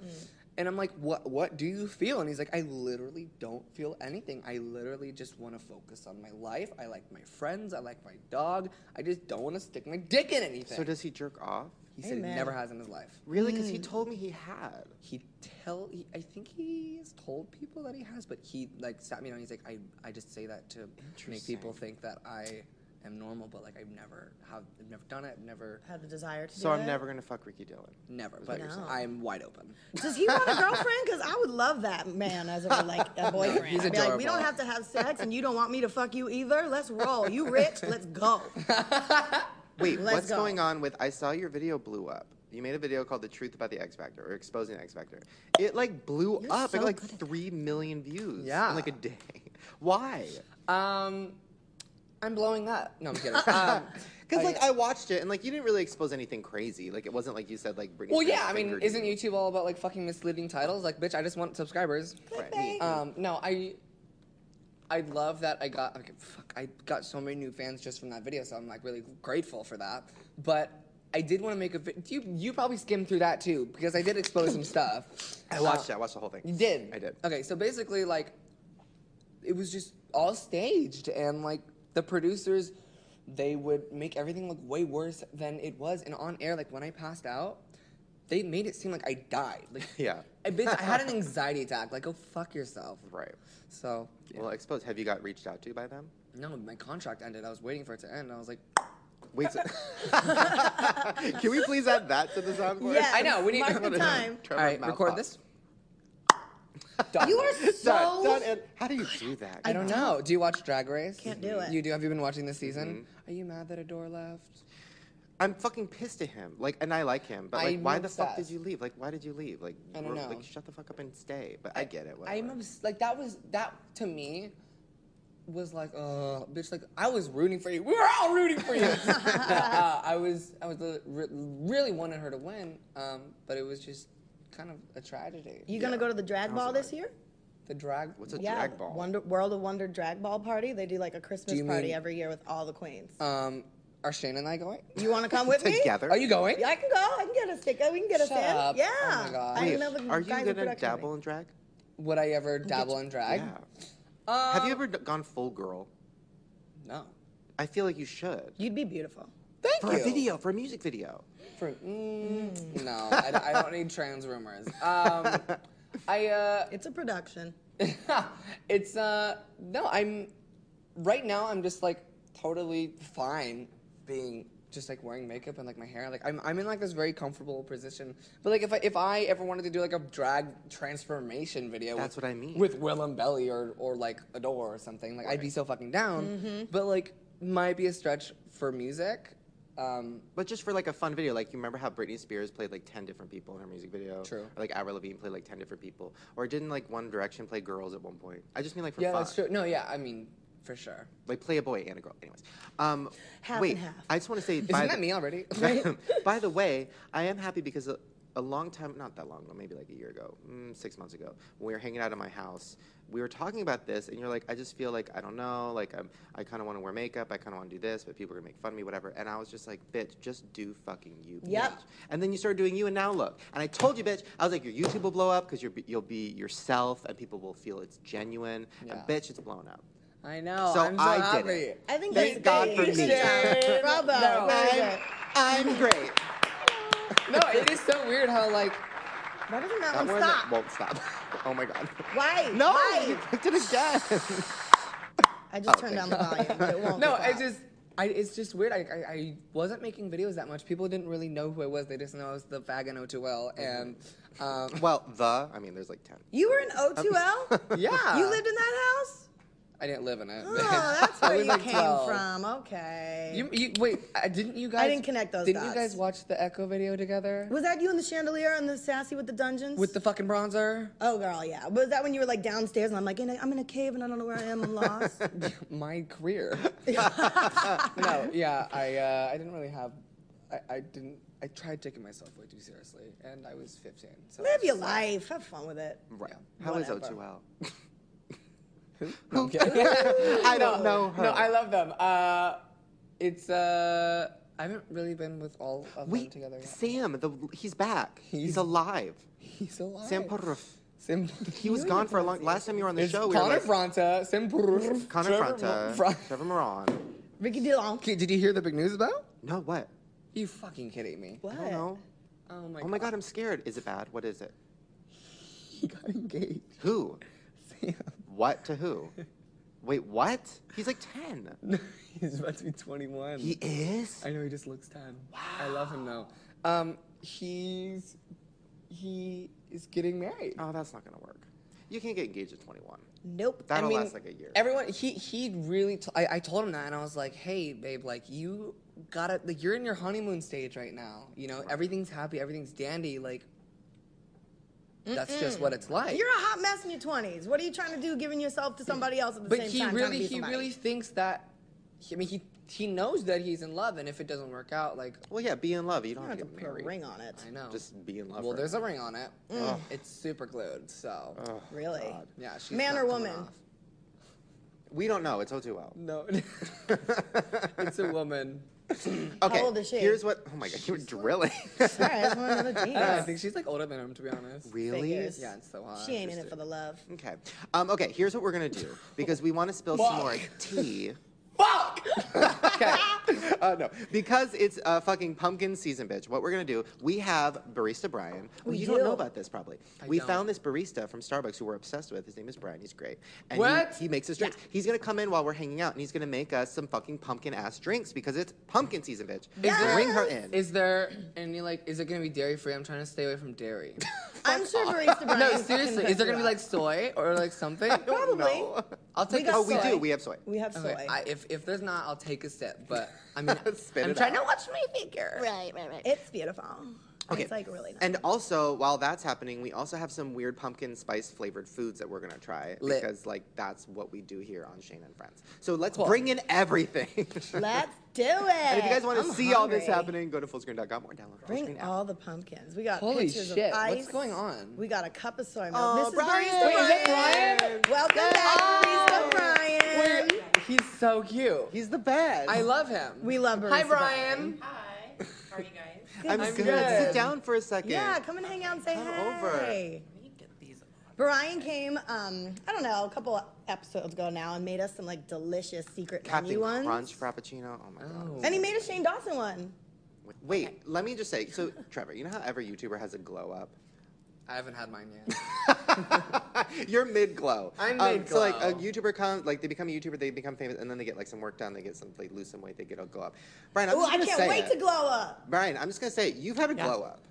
Speaker 4: And I'm like, what? What do you feel? And he's like, I literally don't feel anything. I literally just want to focus on my life. I like my friends. I like my dog. I just don't want to stick my dick in anything.
Speaker 1: So does he jerk off?
Speaker 4: he said he
Speaker 2: Amen.
Speaker 4: never has in his life.
Speaker 1: Really? Because
Speaker 4: Mm.
Speaker 1: he told me he had.
Speaker 4: he tell he, I think he has told people that he has, but he like sat me down. He's like, I I just say that to make people think that I am normal, but like I've never have I've never done it. I've never
Speaker 2: Have the desire to do
Speaker 1: So I'm
Speaker 2: it.
Speaker 1: never gonna fuck Ricky Dillon.
Speaker 4: never, but
Speaker 2: you're saying.
Speaker 4: I'm wide open.
Speaker 2: Does he want a girlfriend? Because I would love that man as a like a boyfriend.
Speaker 4: he's
Speaker 2: I'd be like, we
Speaker 4: adorable.
Speaker 2: don't have to have sex, and you don't want me to fuck you either. Let's roll. You rich? Let's go.
Speaker 1: Wait,
Speaker 2: Let's
Speaker 1: what's
Speaker 2: go.
Speaker 1: going on with I saw your video blew up. You made a video called "The Truth About the X Factor" or exposing the X Factor. It like blew
Speaker 2: You're
Speaker 1: up. it
Speaker 2: so
Speaker 1: got like
Speaker 2: good at
Speaker 1: three million views.
Speaker 4: Yeah.
Speaker 1: in like a day. Why?
Speaker 4: Um, I'm blowing up. No, I'm kidding. Um,
Speaker 1: Because
Speaker 4: I-
Speaker 1: like I watched it and like you didn't really expose anything crazy. Like it wasn't like you said like Britney.
Speaker 4: well,
Speaker 1: Spears
Speaker 4: yeah. I mean,
Speaker 1: fingered
Speaker 4: isn't YouTube all about like fucking misleading titles? Like, bitch, I just want subscribers.
Speaker 1: Right.
Speaker 2: Clickbait.
Speaker 4: Um, no, I I love that I got okay, fuck, I got so many new fans just from that video, so I'm like really grateful for that. But I did want to make a video. You you probably skimmed through that too because I did expose some stuff. Uh,
Speaker 1: I watched it. I watched the whole thing.
Speaker 4: You did.
Speaker 1: I did.
Speaker 4: Okay, so basically, like, it was just all staged, and like the producers, they would make everything look way worse than it was. And on air, like when I passed out, they made it seem like I died. Like,
Speaker 1: Yeah.
Speaker 4: I, bitch, I had an anxiety attack. Like, go fuck yourself.
Speaker 1: Right.
Speaker 4: So,
Speaker 1: Well, expose. Have you got reached out to by them?
Speaker 4: no, my contract ended. I was waiting for it to end. I was like,
Speaker 1: Wait. So- Can we please add that to the soundboard?
Speaker 2: Yes.
Speaker 4: I know. We need
Speaker 2: Mark the time.
Speaker 4: All right, record this. Done.
Speaker 2: You are
Speaker 1: Done,
Speaker 2: so.
Speaker 1: done, and how do you do that?
Speaker 4: I don't know. Do you watch Drag Race?
Speaker 2: Can't do
Speaker 1: Mm-hmm.
Speaker 2: it.
Speaker 4: You do. Have you been watching this season? Are you mad that Adore left?
Speaker 1: I'm fucking pissed at him. Like, and I like him, but like,
Speaker 4: I'm
Speaker 1: why the fuck
Speaker 4: obsessed.
Speaker 1: did you leave? Like, why did you leave? Like,
Speaker 4: I don't
Speaker 1: we're-
Speaker 4: know.
Speaker 1: Like, shut the fuck up and stay. But I, get it.
Speaker 4: I'm
Speaker 1: Whatever.
Speaker 4: obs- like that was that to me was like uh bitch like I was rooting for you. We were all rooting for you. uh, I was I was li- re- really wanted her to win, um, but it was just kind of a tragedy.
Speaker 2: You gonna go to the drag ball this year?
Speaker 4: the drag.
Speaker 1: What's a
Speaker 2: yeah,
Speaker 1: drag ball?
Speaker 2: Wonder World of Wonder drag ball party. They do like a Christmas
Speaker 4: you
Speaker 2: party
Speaker 4: mean-
Speaker 2: every year with all the queens.
Speaker 1: Oh.
Speaker 4: um, are Shane and I going?
Speaker 2: you want to come with me?
Speaker 1: Together?
Speaker 4: Are you going?
Speaker 2: Yeah, I can go. I can get a sticker. We can get us
Speaker 4: Shut
Speaker 2: in.
Speaker 4: up.
Speaker 2: Yeah.
Speaker 4: Oh my God.
Speaker 2: I
Speaker 1: Wait,
Speaker 2: didn't know the
Speaker 1: are you
Speaker 2: guys in
Speaker 1: gonna
Speaker 2: production
Speaker 1: dabble
Speaker 2: were-
Speaker 1: in drag?
Speaker 4: Would I ever dabble in drag?
Speaker 1: Yeah. Have you ever d- gone full girl?
Speaker 4: No.
Speaker 1: I feel like you should.
Speaker 2: You'd be beautiful.
Speaker 4: Thank
Speaker 1: For
Speaker 4: you.
Speaker 1: a video, for a music video.
Speaker 4: For, mm, no, I, I don't need trans rumors. Um, I uh,
Speaker 2: It's a production.
Speaker 4: it's uh no i'm right now i'm just like totally fine being just like wearing makeup and like my hair like i'm, I'm in like this very comfortable position but like if i if i ever wanted to do like a drag transformation video
Speaker 1: That's
Speaker 4: with,
Speaker 1: what I mean.
Speaker 4: with willem belly or or like adore or something like i'd be so fucking down
Speaker 1: Mm-hmm.
Speaker 4: but like might be a stretch for music um
Speaker 1: But just for like a fun video, like you remember how Britney Spears played like ten different people in her music video?
Speaker 4: True.
Speaker 1: Or like Avril Lavigne played like ten different people, or didn't like One Direction play girls at one point? I just mean like for
Speaker 4: yeah
Speaker 1: fun.
Speaker 4: that's true no yeah i mean for sure
Speaker 1: Like play a boy and a girl. Anyways, um,
Speaker 2: Half
Speaker 1: wait.
Speaker 2: and half.
Speaker 1: I just want to say,
Speaker 4: isn't that me already
Speaker 1: Um, By the way, I am happy because a, a long time, not that long ago, maybe like a year ago, mm, six months ago, when we were hanging out at my house, we were talking about this, and you're like, I just feel like, I don't know, like, I'm, I kind of want to wear makeup, I kind of want to do this, but people are going to make fun of me, whatever. And I was just like, bitch, just do fucking you.
Speaker 2: Yep.
Speaker 1: bitch." And then you started doing you, and now look. And I told you, bitch, I was like, your YouTube will blow up because you'll be yourself, and people will feel it's genuine.
Speaker 4: Yeah.
Speaker 1: And bitch, it's blown up.
Speaker 4: i know
Speaker 1: So
Speaker 4: i'm so
Speaker 1: I
Speaker 4: happy
Speaker 1: did it.
Speaker 2: I think
Speaker 1: Thank
Speaker 2: that's
Speaker 1: God
Speaker 2: great.
Speaker 1: for
Speaker 2: You
Speaker 1: me.
Speaker 2: did
Speaker 4: Shame.
Speaker 2: it. Bravo.
Speaker 4: No.
Speaker 2: Where is
Speaker 1: I'm,
Speaker 2: it?
Speaker 1: I'm great.
Speaker 4: no it is so weird how like
Speaker 2: Why doesn't that,
Speaker 1: That
Speaker 2: one
Speaker 1: one
Speaker 2: stop?
Speaker 1: won't stop. Oh my god.
Speaker 2: Why?
Speaker 1: No,
Speaker 2: Why?
Speaker 1: you clicked it again.
Speaker 4: Oh,
Speaker 2: I just turned down the volume. It won't
Speaker 4: No,
Speaker 2: stop.
Speaker 4: it just I, it's just weird. I, I, I wasn't making videos that much. People didn't really know who I was. They just know I was the fag in O2L. And um,
Speaker 1: Well, the I mean, there's like ten.
Speaker 2: You were in O2L?
Speaker 4: Yeah.
Speaker 2: You lived in that house?
Speaker 4: I didn't live in it.
Speaker 2: Oh, that's
Speaker 4: I
Speaker 2: where
Speaker 4: was,
Speaker 2: you
Speaker 4: like,
Speaker 2: came
Speaker 4: 12.
Speaker 2: from. Okay.
Speaker 4: You, you wait. I- Didn't you guys?
Speaker 2: didn't connect those
Speaker 4: Didn't
Speaker 2: dots.
Speaker 4: you guys watch the Echo video together
Speaker 2: was that you and the chandelier and the sassy with the dungeons?
Speaker 4: with the fucking bronzer?
Speaker 2: Oh girl, yeah. Was that when you were like downstairs and I'm like, in a, I'm in a cave and I don't know where I am. I'm lost.
Speaker 4: My career. no, yeah. I uh, I didn't really have. I, I didn't. I tried taking myself way too seriously, and I was 15. So
Speaker 2: Live your life. Have fun with it.
Speaker 1: Right. How is
Speaker 2: Whatever.
Speaker 1: O2L?
Speaker 4: No, I'm kidding.
Speaker 1: I don't know her.
Speaker 4: Oh, No, I love them. Uh, it's uh, I haven't really been with all of
Speaker 1: we
Speaker 4: them together. Yet.
Speaker 1: Sam, the he's back. He's,
Speaker 4: He's-
Speaker 1: alive.
Speaker 4: He's alive.
Speaker 1: Sam Peruf.
Speaker 4: Sim-
Speaker 1: He was gone for a long. Last time you were on the
Speaker 4: It's
Speaker 1: show, we were
Speaker 4: Connor
Speaker 1: like,
Speaker 4: Fronta, Sim Peruf,
Speaker 1: Connor
Speaker 4: Trevor
Speaker 1: Fronta,
Speaker 4: Mo- Fron-
Speaker 1: Trevor Moran.
Speaker 2: Ricky DeLong.
Speaker 4: Okay, did you hear the big news about?
Speaker 1: No, what?
Speaker 4: You fucking kidding me?
Speaker 2: What?
Speaker 1: I don't know.
Speaker 4: Oh my
Speaker 1: Oh my god, I'm scared. Is it bad? What is it?
Speaker 4: He got engaged.
Speaker 1: Who?
Speaker 4: Sam.
Speaker 1: What to who? Wait, what? He's like ten.
Speaker 4: He's about to be 21.
Speaker 1: He is.
Speaker 4: I know he just looks 10. Wow. I love him though. Um, he's he is getting married.
Speaker 1: Oh, that's not gonna work. You can't get engaged at 21.
Speaker 2: Nope.
Speaker 1: That'll last like a year.
Speaker 4: Everyone, he he really. T- I, I told him that, and I was like, "Hey, babe, like you gotta, like you're in your honeymoon stage right now. You know, everything's happy, everything's dandy. Like that's just what it's like."
Speaker 2: You're a hot mess in your 20s. What are you trying to do giving yourself to somebody else at the
Speaker 4: but
Speaker 2: same
Speaker 4: he
Speaker 2: time? trying to
Speaker 4: really,
Speaker 2: be
Speaker 4: he
Speaker 2: somebody?
Speaker 4: really thinks that. He, I mean, he he knows that he's in love, and if it doesn't work out, like
Speaker 1: Well, yeah, be in love. You don't
Speaker 2: You
Speaker 1: have
Speaker 2: don't
Speaker 1: to
Speaker 2: have
Speaker 1: get
Speaker 2: to put a
Speaker 1: married.
Speaker 2: ring on it.
Speaker 4: I know,
Speaker 1: Just be in love.
Speaker 4: well,
Speaker 1: for
Speaker 4: there's
Speaker 1: it.
Speaker 4: a ring on it.
Speaker 2: Mm.
Speaker 4: It's super glued, so
Speaker 2: Really?
Speaker 4: yeah. She's
Speaker 2: Man
Speaker 4: not
Speaker 2: or
Speaker 4: coming
Speaker 2: woman?
Speaker 4: off.
Speaker 1: We don't know. It's O2L.
Speaker 4: No,
Speaker 2: Mm.
Speaker 4: it's a woman.
Speaker 1: Okay.
Speaker 2: old is she?
Speaker 1: Here's what. Oh my god, you were drilling.
Speaker 2: All right, that's one another
Speaker 4: I
Speaker 2: team.
Speaker 4: think she's like older than him, to be honest.
Speaker 1: really?
Speaker 2: Figures.
Speaker 4: Yeah, it's so hot.
Speaker 2: She ain't in it for the love.
Speaker 1: Okay. Um, okay. Here's what we're gonna do because we want to spill some more tea.
Speaker 4: Fuck!
Speaker 1: Okay. Uh, no, because it's uh, fucking pumpkin season, bitch. What we're gonna do? We have barista Brian. Well,
Speaker 2: We
Speaker 1: you don't
Speaker 2: do.
Speaker 1: know about this probably. we
Speaker 4: don't.
Speaker 1: found this barista from Starbucks who we're obsessed with. His name is Brian. He's great. And
Speaker 4: What?
Speaker 1: He, he makes us drinks. He's gonna come in while we're hanging out, and he's gonna make us some fucking pumpkin ass drinks because it's pumpkin season, bitch.
Speaker 4: there-
Speaker 1: Bring her in.
Speaker 4: Is there any like? Is it gonna be dairy free? I'm trying to stay away from dairy.
Speaker 2: I'm sure Barista Brian.
Speaker 4: no,
Speaker 2: fucking
Speaker 4: seriously.
Speaker 2: hooked
Speaker 4: Is there
Speaker 2: you
Speaker 4: gonna be
Speaker 2: up.
Speaker 4: like soy or like something?
Speaker 2: Probably.
Speaker 4: I'll take.
Speaker 2: got
Speaker 4: a
Speaker 1: oh, we
Speaker 4: sip.
Speaker 2: soy.
Speaker 1: do. We have soy.
Speaker 2: We have soy.
Speaker 4: Okay, I, if if there's not, I'll take a sip. But I mean,
Speaker 1: Spit
Speaker 4: I'm
Speaker 1: it
Speaker 4: trying
Speaker 1: out.
Speaker 4: to watch my figure.
Speaker 3: Right, right, right.
Speaker 2: it's beautiful. It's like really nice.
Speaker 1: And also, while that's happening, we also have some weird pumpkin spice flavored foods that we're gonna try
Speaker 4: Lit.
Speaker 1: because, like, that's what we do here on Shane and Friends. So let's bring in everything. and
Speaker 2: Let's do it. And
Speaker 1: if you guys want to see all this
Speaker 2: happening.
Speaker 1: happening, go to fullscreen.com or download. our
Speaker 2: Bring
Speaker 1: fullscreen app.
Speaker 2: all the pumpkins. We got
Speaker 4: Holy
Speaker 2: pictures
Speaker 4: shit,
Speaker 2: of ice.
Speaker 4: what's going on?
Speaker 2: We got a cup of soy milk.
Speaker 1: Oh,
Speaker 2: this is
Speaker 1: Brian!
Speaker 2: Barista
Speaker 1: Wait, is
Speaker 2: Brian.
Speaker 1: that Brian?
Speaker 2: Welcome back, Barista Brian.
Speaker 4: Wait, he's so cute.
Speaker 1: He's the best.
Speaker 4: I love him.
Speaker 2: We love
Speaker 4: Hi,
Speaker 2: Barista
Speaker 4: Brian.
Speaker 6: Hi. How are you guys?
Speaker 1: I'm
Speaker 2: to
Speaker 1: good.
Speaker 2: see
Speaker 4: good.
Speaker 1: Sit down for a second.
Speaker 2: Yeah, come and hang out and say
Speaker 1: Come over.
Speaker 2: hey.
Speaker 6: Let me get these on.
Speaker 2: Brian came, um, I don't know, a couple episodes ago now and made us some like delicious secret
Speaker 1: Captain
Speaker 2: menu ones.
Speaker 1: Crunch Frappuccino. Oh my god.
Speaker 2: And he made a Shane Dawson one.
Speaker 1: Wait, let me just say. So, Trevor, you know how every YouTuber has a glow up.
Speaker 4: I haven't had mine yet.
Speaker 1: You're mid glow.
Speaker 4: I'm
Speaker 1: So like a
Speaker 4: mid-glow.
Speaker 1: YouTuber comes, like they become a YouTuber, they become famous, and then they get like some work done, they get some, they lose some weight, they get a glow up. Brian, I'm
Speaker 2: Oh,
Speaker 1: just
Speaker 2: I
Speaker 1: gonna
Speaker 2: can't
Speaker 1: say
Speaker 2: wait
Speaker 1: it.
Speaker 2: to glow up.
Speaker 1: Brian, I'm just gonna say it. You've had a
Speaker 6: Yeah.
Speaker 1: glow up.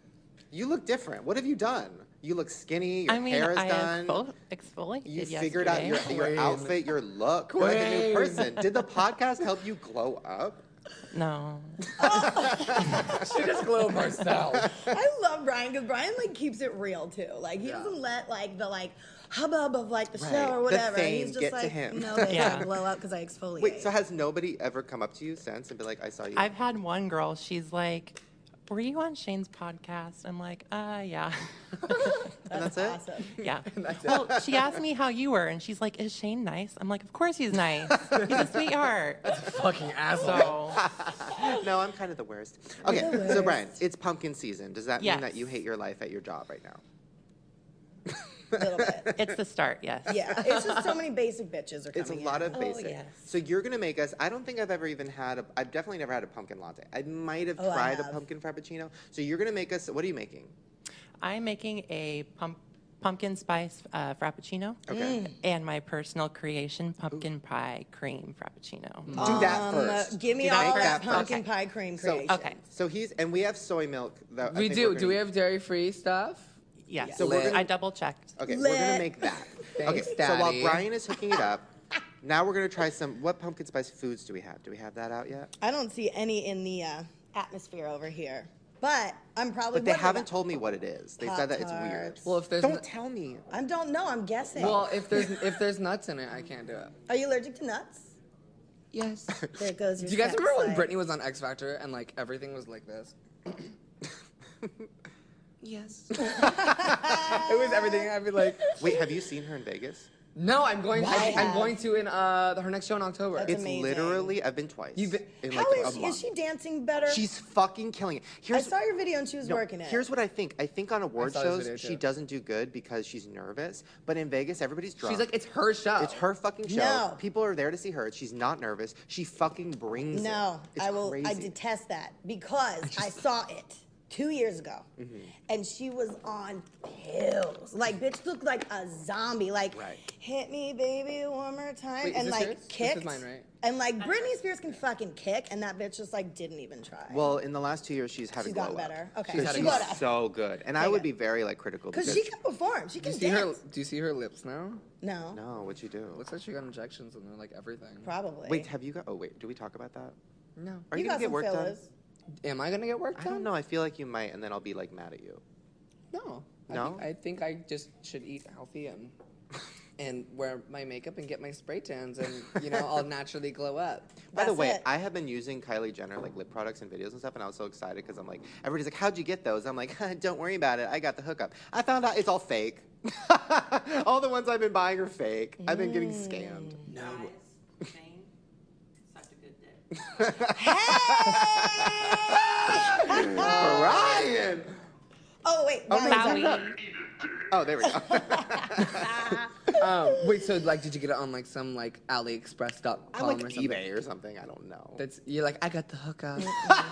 Speaker 1: You look different. What have you done? You look skinny. Your
Speaker 6: I mean,
Speaker 1: hair is
Speaker 6: I
Speaker 1: done.
Speaker 6: exfol- exfoliated
Speaker 1: you
Speaker 6: yesterday.
Speaker 1: figured out your, your
Speaker 4: Queen.
Speaker 1: outfit, your look. You're like a new
Speaker 4: Queen.
Speaker 1: person. Did the podcast help you glow up?
Speaker 6: No.
Speaker 4: she just glowed herself.
Speaker 2: I love Brian because Brian like keeps it real too. Like he
Speaker 4: Yeah.
Speaker 2: doesn't let like the like hubbub of like the show
Speaker 1: Right.
Speaker 2: or
Speaker 1: The
Speaker 2: whatever.
Speaker 1: fame
Speaker 2: He's just
Speaker 1: get to
Speaker 2: like,
Speaker 1: him.
Speaker 2: no, bitch,
Speaker 6: Yeah.
Speaker 2: I glow up because I exfoliate.
Speaker 1: Wait, so has nobody ever come up to you since and be like, I saw you?
Speaker 6: I've had one girl, she's like, Were you on Shane's podcast? I'm like, Uh, yeah.
Speaker 1: and that's, it?
Speaker 2: awesome.
Speaker 6: yeah. well, she asked me how you were, and she's like, Is Shane nice? I'm like, Of course he's nice. He's a sweetheart.
Speaker 4: Fucking asshole.
Speaker 6: So,
Speaker 1: No, I'm kind of the worst. Okay,
Speaker 2: the
Speaker 1: so Brian, it's pumpkin season. Does that mean that
Speaker 6: Yes.
Speaker 1: you hate your life at your job right now?
Speaker 2: Oh, A little bit.
Speaker 6: it's the start, yes.
Speaker 2: Yeah, it's just so many basic bitches are coming
Speaker 1: It's a lot
Speaker 2: in.
Speaker 1: of basic.
Speaker 6: yes.
Speaker 1: So you're gonna make us. I don't think I've ever even had. a I've definitely never had a pumpkin latte. I might have
Speaker 2: Oh, I
Speaker 1: tried a
Speaker 2: have.
Speaker 1: pumpkin frappuccino. So you're gonna make us. What are you making?
Speaker 6: I'm making a pump, pumpkin spice uh, frappuccino.
Speaker 1: Okay.
Speaker 6: And my personal creation, pumpkin pie cream frappuccino.
Speaker 1: Do that
Speaker 2: Um, uh,
Speaker 1: first.
Speaker 2: give me
Speaker 6: Do that
Speaker 2: all that
Speaker 1: first.
Speaker 2: pumpkin
Speaker 6: Okay.
Speaker 2: pie cream
Speaker 1: So-
Speaker 2: creation.
Speaker 6: Okay.
Speaker 1: So he's and we have soy milk. That I
Speaker 4: We
Speaker 1: think
Speaker 4: do.
Speaker 1: we're
Speaker 4: Do we
Speaker 1: gonna-
Speaker 4: have dairy free stuff?
Speaker 6: Yes.
Speaker 1: So we're gonna-
Speaker 6: I double checked.
Speaker 1: Okay, we're gonna
Speaker 2: Lit.
Speaker 1: make that.
Speaker 7: Thanks,
Speaker 1: okay, so while
Speaker 7: Daddy.
Speaker 1: Brian is hooking it up, now we're gonna try some. What pumpkin spice foods do we have? Do we have that out yet?
Speaker 2: I don't see any in the uh, atmosphere over here, but I'm probably.
Speaker 1: But they
Speaker 2: what
Speaker 1: haven't
Speaker 2: I-
Speaker 1: told me what it is. They said that it's weird.
Speaker 2: Pop-Tarts.
Speaker 4: Well, if there's
Speaker 1: Don't
Speaker 4: n-
Speaker 1: tell me.
Speaker 2: I don't know. I'm guessing.
Speaker 4: well, if there's if there's nuts in it, I can't do it.
Speaker 2: Are you allergic to nuts?
Speaker 4: Yes.
Speaker 2: There goes your.
Speaker 4: Do you guys
Speaker 2: sex
Speaker 4: remember when
Speaker 2: life.
Speaker 4: Brittany was on X Factor and like everything was like this? yes. it was everything. I'd be like,
Speaker 1: Wait, have you seen her in Vegas?
Speaker 4: no, I'm going. I,
Speaker 2: Why?
Speaker 4: I'm going to in uh her next show in October.
Speaker 2: That's
Speaker 1: It's
Speaker 2: amazing.
Speaker 1: literally I've been twice.
Speaker 4: You've been-
Speaker 1: in like
Speaker 2: How
Speaker 1: a
Speaker 2: is she?
Speaker 1: month.
Speaker 2: Is she dancing better?
Speaker 1: She's fucking killing it.
Speaker 2: I
Speaker 1: Here's
Speaker 2: saw your video and she was
Speaker 1: No,
Speaker 2: working it.
Speaker 1: Here's what I think. I think on award
Speaker 4: saw this video
Speaker 1: shows she
Speaker 4: too.
Speaker 1: doesn't do good because she's nervous. But in Vegas, everybody's drunk.
Speaker 4: She's like, it's her show.
Speaker 1: It's her fucking show.
Speaker 2: No.
Speaker 1: People are there to see her. She's not nervous. She fucking brings it.
Speaker 2: No,
Speaker 1: It's
Speaker 2: I will. I
Speaker 1: crazy.
Speaker 2: detest that because I, saw it two years ago,
Speaker 4: Mm-hmm.
Speaker 2: and she was on pills. Like, bitch looked like a zombie. Like,
Speaker 1: Right.
Speaker 2: hit me, baby, one more time,
Speaker 4: Wait, is
Speaker 2: and
Speaker 4: this
Speaker 2: like
Speaker 4: yours? This is
Speaker 2: kicked.
Speaker 4: mine, right?
Speaker 2: And like Britney Spears can fucking kick, and that bitch just like didn't even try.
Speaker 1: Well, in the last two years, she's had
Speaker 2: She's
Speaker 1: a glow
Speaker 2: gotten
Speaker 1: up.
Speaker 2: better. Okay.
Speaker 1: she's,
Speaker 2: She's
Speaker 1: had a
Speaker 2: had
Speaker 1: glow
Speaker 2: a glow up.
Speaker 1: so good. And I
Speaker 2: Okay,
Speaker 1: would
Speaker 2: good.
Speaker 1: be very like critical
Speaker 2: because she can perform, she
Speaker 4: Do
Speaker 2: can
Speaker 4: you see her?
Speaker 2: dance.
Speaker 4: Do you see her lips now?
Speaker 2: No,
Speaker 1: No, what'd you do?
Speaker 4: Looks like she got injections and they're like everything.
Speaker 2: probably.
Speaker 1: Wait, have you got? Oh wait, do we talk about that?
Speaker 4: No.
Speaker 1: Are
Speaker 2: you,
Speaker 1: you, gonna
Speaker 2: got some
Speaker 1: get work done?
Speaker 2: fillers.
Speaker 4: Am I gonna get worked
Speaker 1: I don't
Speaker 4: on?
Speaker 1: know. I feel like you might, and then I'll be like mad at you.
Speaker 4: No.
Speaker 1: No?
Speaker 4: I think, I think I just should eat healthy and and wear my makeup and get my spray tans and you know I'll naturally glow up.
Speaker 1: By the
Speaker 2: That's
Speaker 1: way,
Speaker 2: it.
Speaker 1: I have been using Kylie Jenner like lip products and videos and stuff, and I was so excited because I'm like, everybody's like, "How'd you get those?" I'm like, "Don't worry about it. I got the hookup. I found out it's all fake. all the ones I've been buying are fake. I've been getting scammed."
Speaker 8: Guys, Maine, such a good day.
Speaker 1: Brian.
Speaker 2: Oh wait, Bowie.
Speaker 6: Bowie.
Speaker 1: Oh, there we go.
Speaker 4: Um, wait, so like, did you get it on like some like AliExpress.com
Speaker 1: I like
Speaker 4: or something?
Speaker 1: eBay or something. I don't know.
Speaker 4: That's you're like I got the hookup.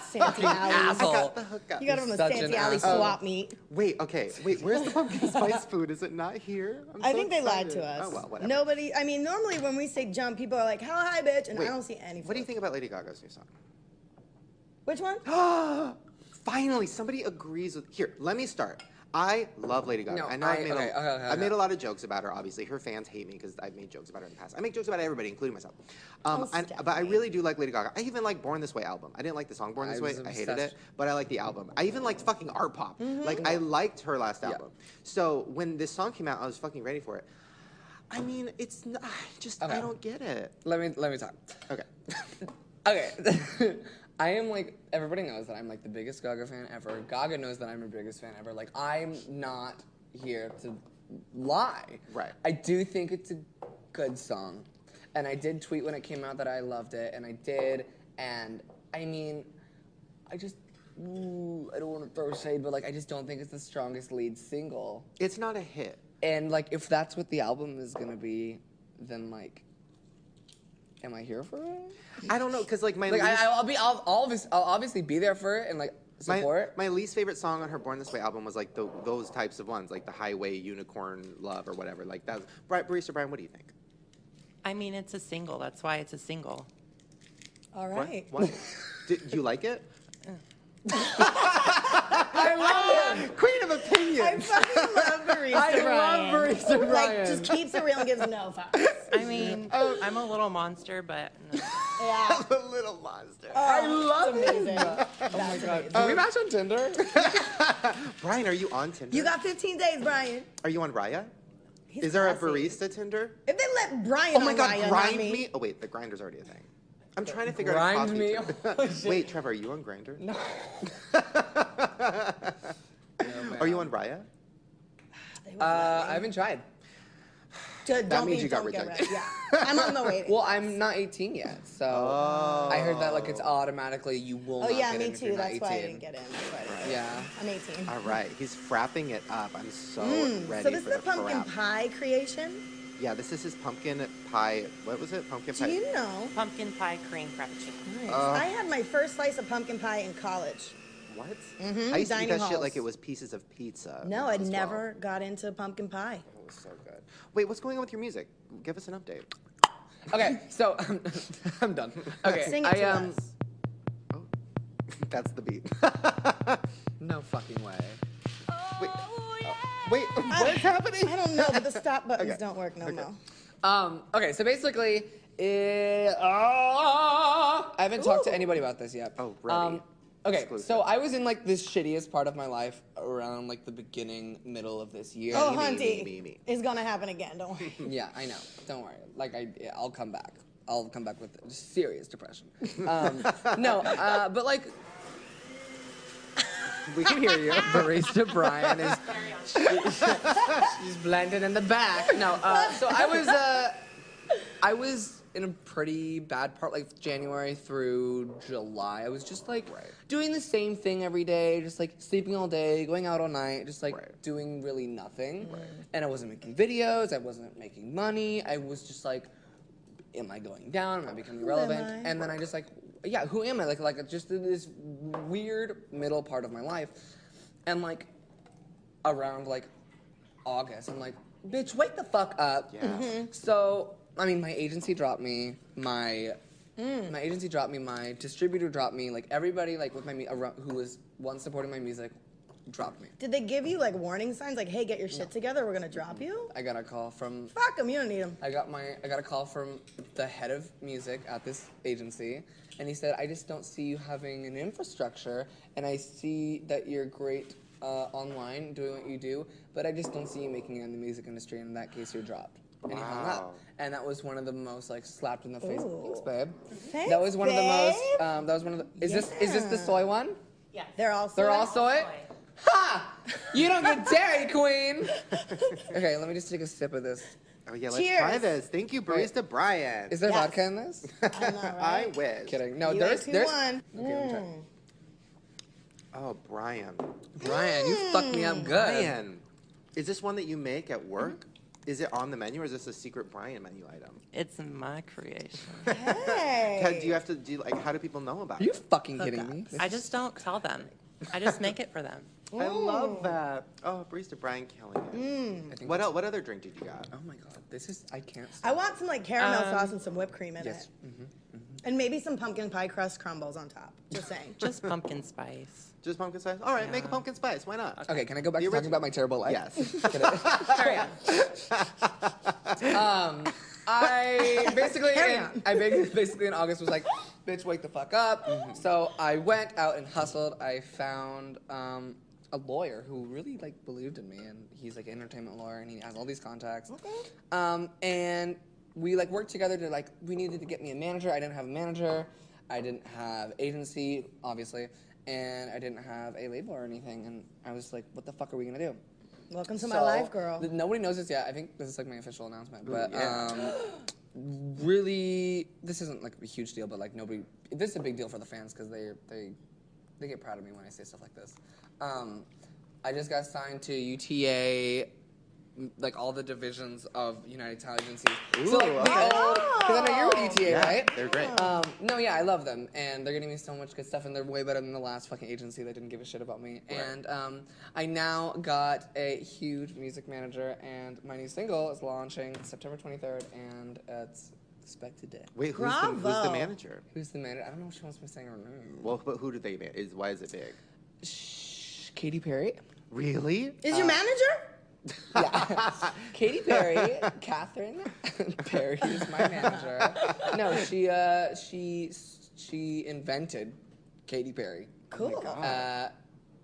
Speaker 2: Santee Alley.
Speaker 1: I
Speaker 4: asshole.
Speaker 1: got the hookup.
Speaker 2: You got it from the
Speaker 4: Such an
Speaker 2: Santee Alley
Speaker 4: asshole.
Speaker 2: swap meet.
Speaker 1: Wait, okay, wait. Where's the pumpkin spice food? Is it not here? I'm
Speaker 2: I
Speaker 1: so
Speaker 2: think they lied to
Speaker 1: excited.
Speaker 2: us.
Speaker 1: Oh well, whatever.
Speaker 2: Nobody. I mean, normally when we say jump, people are like, "How high, bitch?" And
Speaker 1: Wait,
Speaker 2: I don't see any.
Speaker 1: What do you
Speaker 2: foot.
Speaker 1: think about Lady Gaga's new song?
Speaker 2: Which one?
Speaker 1: Finally, somebody agrees with. Here, let me start. I love Lady Gaga.
Speaker 4: No,
Speaker 1: I know
Speaker 4: I-
Speaker 1: I've made,
Speaker 4: okay,
Speaker 1: a,
Speaker 4: okay, okay,
Speaker 1: I've made
Speaker 4: okay.
Speaker 1: a lot of jokes about her. Obviously, her fans hate me because I've made jokes about her in the past. I make jokes about everybody, including myself. Um,
Speaker 2: Oh,
Speaker 1: and- but I really do like Lady Gaga. I even like Born This Way album. I didn't like the song Born
Speaker 4: I
Speaker 1: This Way.
Speaker 4: was
Speaker 1: I hated it,
Speaker 4: obsessed. Mm-hmm.
Speaker 1: but I like the album. I even liked fucking art pop. Like I liked her last album. So when this song came out, I was fucking ready for it. I mean, it's not, I just I
Speaker 4: Okay.
Speaker 1: don't get it.
Speaker 4: let me let me talk.
Speaker 1: Okay.
Speaker 4: Okay. I am like everybody knows that I'm like the biggest Gaga fan ever. Gaga knows that I'm the biggest fan ever. Like I'm not here to lie.
Speaker 1: Right.
Speaker 4: I do think it's a good song. And I did tweet when it came out that I loved it and I did and I mean I just ooh, I don't want to throw shade but like I just don't think it's the strongest lead single.
Speaker 1: it's not a hit.
Speaker 4: And like if that's what the album is going to be then like am I here for it?
Speaker 1: I don't know because like my
Speaker 4: Like
Speaker 1: least-
Speaker 4: I, I'll be, I'll, I'll, obvi- I'll obviously be there for it and like
Speaker 1: My,
Speaker 4: support.
Speaker 1: my least favorite song on her Born This Way album was like tho- those types of ones, like the Highway Unicorn Love or whatever. Like that's Bri- Barista Brian. What do you think?
Speaker 6: I mean, it's a single. That's why it's a single.
Speaker 2: All right.
Speaker 1: What? Did you like it?
Speaker 4: Queen of opinion.
Speaker 2: I fucking love Barista
Speaker 4: I
Speaker 2: Brian.
Speaker 4: love Barista Brian.
Speaker 2: Like, just keeps it real and gives no fucks.
Speaker 6: I mean, I'm a little monster, but no.
Speaker 2: Yeah. Oh.
Speaker 1: The little monster.
Speaker 2: I love amazing.
Speaker 4: Oh
Speaker 2: That's amazing.
Speaker 4: Do we match on Tinder?
Speaker 1: Brian, are you on Tinder?
Speaker 2: You got 15 days, Brian.
Speaker 1: are you on Raya?
Speaker 2: He's
Speaker 1: Is there a
Speaker 2: classy.
Speaker 1: barista Tinder?
Speaker 2: If they let Brian,
Speaker 1: Oh my
Speaker 2: on
Speaker 1: God,
Speaker 2: Raya, not
Speaker 1: grind
Speaker 2: me.
Speaker 1: Oh wait, the grinder's already a thing. I'm trying to figure out.
Speaker 4: Grind
Speaker 1: if
Speaker 4: me?
Speaker 1: coffee-
Speaker 4: Oh, shit.
Speaker 1: wait, Trevor, are you on Grinder? No. are you on Raya?
Speaker 2: They wouldn't let
Speaker 4: Uh, I
Speaker 2: me.
Speaker 4: haven't tried.
Speaker 2: Don't
Speaker 1: that
Speaker 2: be-
Speaker 1: means you got
Speaker 2: don't get
Speaker 1: rejected.
Speaker 2: ready. Yeah. I'm on the waiting.
Speaker 4: Well, I'm not 18 yet, so I heard that like it's automatically you will.
Speaker 2: oh
Speaker 4: not
Speaker 2: yeah,
Speaker 4: get
Speaker 2: me
Speaker 4: in if you're
Speaker 2: too.
Speaker 4: not
Speaker 2: That's why I
Speaker 4: 18.
Speaker 2: didn't get in. That's why I didn't get in.
Speaker 4: Yeah.
Speaker 2: I'm 18.
Speaker 1: All right, he's frapping it up. I'm so ready
Speaker 2: Hmm, So this
Speaker 1: for
Speaker 2: is a
Speaker 1: the
Speaker 2: pumpkin
Speaker 1: frap.
Speaker 2: pie creation.
Speaker 1: Yeah, this is his pumpkin pie. What was it? Pumpkin
Speaker 2: Do
Speaker 1: pie.
Speaker 2: you know?
Speaker 6: pumpkin pie cream frappuccino.
Speaker 2: I had my first slice of pumpkin pie in college.
Speaker 1: What? I used to eat
Speaker 2: Mm-hmm, dining
Speaker 1: that shit
Speaker 2: halls.
Speaker 1: like it was pieces of pizza. when
Speaker 2: No,
Speaker 1: I
Speaker 2: I
Speaker 1: was 12.
Speaker 2: never got into pumpkin pie.
Speaker 1: It was so good. Wait, what's going on with your music? Give us an update.
Speaker 4: Okay, so um, I'm done. Okay,
Speaker 2: Sing it
Speaker 4: I
Speaker 2: to
Speaker 4: um,
Speaker 2: us.
Speaker 1: Oh. That's the beat.
Speaker 4: no fucking way.
Speaker 1: wait,
Speaker 3: Oh,
Speaker 1: wait, what is happening?
Speaker 2: I don't know, but the stop buttons
Speaker 1: Okay.
Speaker 2: don't work no more.
Speaker 4: Um, okay, so basically, eh, ah, I haven't talked to
Speaker 2: Ooh.
Speaker 4: anybody about this yet. Um,
Speaker 1: Oh, ready.
Speaker 4: okay,
Speaker 1: Exclusive.
Speaker 4: so I was in like this shittiest part of my life around like the beginning, middle of this year.
Speaker 2: Oh,
Speaker 1: me, me,
Speaker 2: hunty.
Speaker 1: me, me.
Speaker 2: It's gonna happen again, don't worry.
Speaker 4: Yeah, I know. Don't worry. Like I, yeah, I'll come back. I'll come back with serious depression. Um, no, uh, but like
Speaker 1: We can hear you.
Speaker 4: barista Brian is she's blended in the back. No, uh, so I was uh, I was in a pretty bad part, like January through July. I was just like doing the same thing every day, just like sleeping all day, going out all night, just like
Speaker 1: Right.
Speaker 4: doing really nothing. And I wasn't making videos. I wasn't making money. I was just like am I going down? Am I becoming relevant?
Speaker 2: I?
Speaker 4: And then I just like, yeah, who am I? Like, like just this weird middle part of my life, and like around like August, I'm like, bitch, wake the fuck up.
Speaker 1: Yeah. Mhm.
Speaker 4: So I mean, my agency dropped me. My my agency dropped me. My distributor dropped me. Like everybody, like with my mu- around, who was once supporting my music, dropped me.
Speaker 2: Did they give you like warning signs like, hey, get your shit together, we're gonna drop you?
Speaker 4: I got a call from
Speaker 2: Fuck them, you don't need them.
Speaker 4: I got my I got a call from the head of music at this agency, and he said, "I just don't see you having an infrastructure, and I see that you're great uh, online doing what you do, but I just don't see you making it in the music industry. And in that case, you're dropped." And he hung
Speaker 1: Wow.
Speaker 4: up, and that was one of the most like slapped in the face.
Speaker 2: Ooh.
Speaker 4: Thanks, babe.
Speaker 2: Thanks,
Speaker 4: that was one of the most.
Speaker 2: babe.
Speaker 4: Um, that was one of the. Is this is this the soy one?
Speaker 9: Yeah.
Speaker 2: They're all
Speaker 4: They're all
Speaker 2: sorts.
Speaker 4: soy. Ha! You don't get dairy queen. okay, let me just take a sip of this.
Speaker 1: Oh yeah, let's try
Speaker 2: Cheers.
Speaker 1: this. Thank you, barista Brian.
Speaker 4: Is there
Speaker 2: Yes.
Speaker 4: vodka in this?
Speaker 2: I know,
Speaker 1: I
Speaker 2: right?
Speaker 1: wish.
Speaker 4: Kidding. No,
Speaker 2: You
Speaker 4: Oh, there's
Speaker 2: ate two
Speaker 4: there's.
Speaker 2: one. Mm.
Speaker 4: Okay, I'm trying.
Speaker 1: Oh, Brian.
Speaker 4: Brian, you fucked me up good.
Speaker 1: Brian, is this one that you make at work? Is it on the menu, or is this a secret Brian menu item?
Speaker 6: It's my creation.
Speaker 2: Hey.
Speaker 1: Ted, do you have to do like? How do people know about
Speaker 4: Are you
Speaker 1: it?
Speaker 4: fucking kidding me?
Speaker 6: I just don't tell them. I just make it for them.
Speaker 1: I love that. Oh, barista Brian killing
Speaker 2: Mm.
Speaker 1: it. What el- What other drink did you got?
Speaker 4: Oh my god, this is I can't.
Speaker 2: I
Speaker 4: Stop.
Speaker 2: want some like caramel sauce and some whipped cream in
Speaker 4: yes.
Speaker 2: it. And maybe some pumpkin pie crust crumbles on top. Just saying.
Speaker 6: Just pumpkin spice.
Speaker 1: Just pumpkin spice. All right, make a pumpkin spice. Why not?
Speaker 4: Okay, can I go back
Speaker 1: The
Speaker 4: to
Speaker 1: original.
Speaker 4: talking about my terrible life?
Speaker 1: Yes.
Speaker 4: Carry on. um, I basically,
Speaker 2: Carry
Speaker 4: in-
Speaker 2: on.
Speaker 4: I ba- basically in August was like, bitch, wake the fuck up.
Speaker 2: Mm-hmm.
Speaker 4: So I went out and hustled. I found um, a lawyer who really like believed in me, and he's like an entertainment lawyer, and he has all these contacts. Um, and we like worked together to like we needed to get me a manager. I didn't have a manager. I didn't have agency, obviously, and I didn't have a label or anything. And I was like, what the fuck are we gonna do?
Speaker 2: Welcome to my
Speaker 4: So,
Speaker 2: life, girl.
Speaker 4: th- nobody knows this yet. I think this is like my official announcement, but
Speaker 1: yeah.
Speaker 4: um, really, this isn't like a huge deal, but like nobody, this is a big deal for the fans because they they they get proud of me when I say stuff like this. Um, I just got signed to UTA. m- Like all the divisions of United Talent Agencies. so like
Speaker 1: Ooh,
Speaker 4: the
Speaker 1: okay.
Speaker 4: old, because I know you're with UTA,
Speaker 1: Yeah,
Speaker 4: right?
Speaker 1: they're great.
Speaker 4: Um, no, yeah, I love them, and they're getting me so much good stuff, and they're way better than the last fucking agency that didn't give a shit about me. And um, I now got a huge music manager, and my new single is launching September 23rd, and uh, it's expected to.
Speaker 1: Wait, who's the, who's the
Speaker 2: Bravo.
Speaker 1: manager?
Speaker 4: Who's the manager? I don't know if she wants me saying her name.
Speaker 1: Well, but who do they man- is? Why is it big?
Speaker 4: Shh, Katy Perry.
Speaker 1: Really?
Speaker 2: Is your manager?
Speaker 4: Yeah. Katy Perry, Catherine Perry is my manager. No, she uh, she she invented Katy Perry.
Speaker 2: Cool.
Speaker 4: Uh,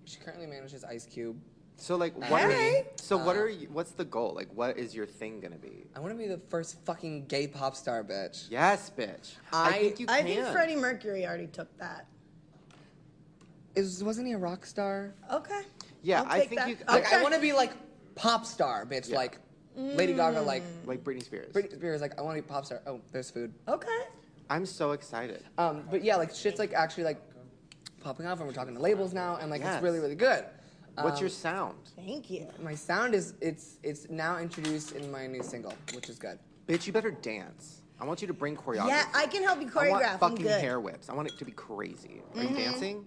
Speaker 4: she currently manages Ice Cube.
Speaker 1: So like, what? Are,
Speaker 2: Hey.
Speaker 1: so what are you? What's the goal? Like, what is your thing gonna be?
Speaker 4: I want to be the first fucking gay pop star, bitch.
Speaker 1: Yes, bitch.
Speaker 4: I-
Speaker 1: think you
Speaker 2: I
Speaker 1: can.
Speaker 2: think Freddie Mercury already took that.
Speaker 4: Is wasn't he a rock star?
Speaker 2: Okay.
Speaker 1: Yeah,
Speaker 2: I'll
Speaker 1: I
Speaker 2: take
Speaker 1: think
Speaker 2: that.
Speaker 1: you.
Speaker 4: Like
Speaker 1: Like,
Speaker 4: I want to be like pop star, bitch.
Speaker 1: Yeah.
Speaker 4: Like Lady
Speaker 2: Mm.
Speaker 4: Gaga, like
Speaker 1: like Britney Spears.
Speaker 4: Britney Spears. Like I want to be pop star. Oh, there's food.
Speaker 2: Okay.
Speaker 1: I'm so excited.
Speaker 4: Um, but yeah, like shit's like actually like popping off, and we're talking to labels now, and like
Speaker 1: Yes.
Speaker 4: it's really really good.
Speaker 1: What's your
Speaker 4: Um,
Speaker 1: sound?
Speaker 2: Thank you.
Speaker 4: my sound is it's it's now introduced in my new single, which is good.
Speaker 1: Bitch, you better dance. I want you to bring choreography.
Speaker 2: Yeah, I can help you
Speaker 1: I
Speaker 2: choreograph.
Speaker 1: want
Speaker 2: I'm Mm-hmm.
Speaker 1: fucking
Speaker 2: good.
Speaker 1: hair whips. I want it to be crazy. Are you dancing?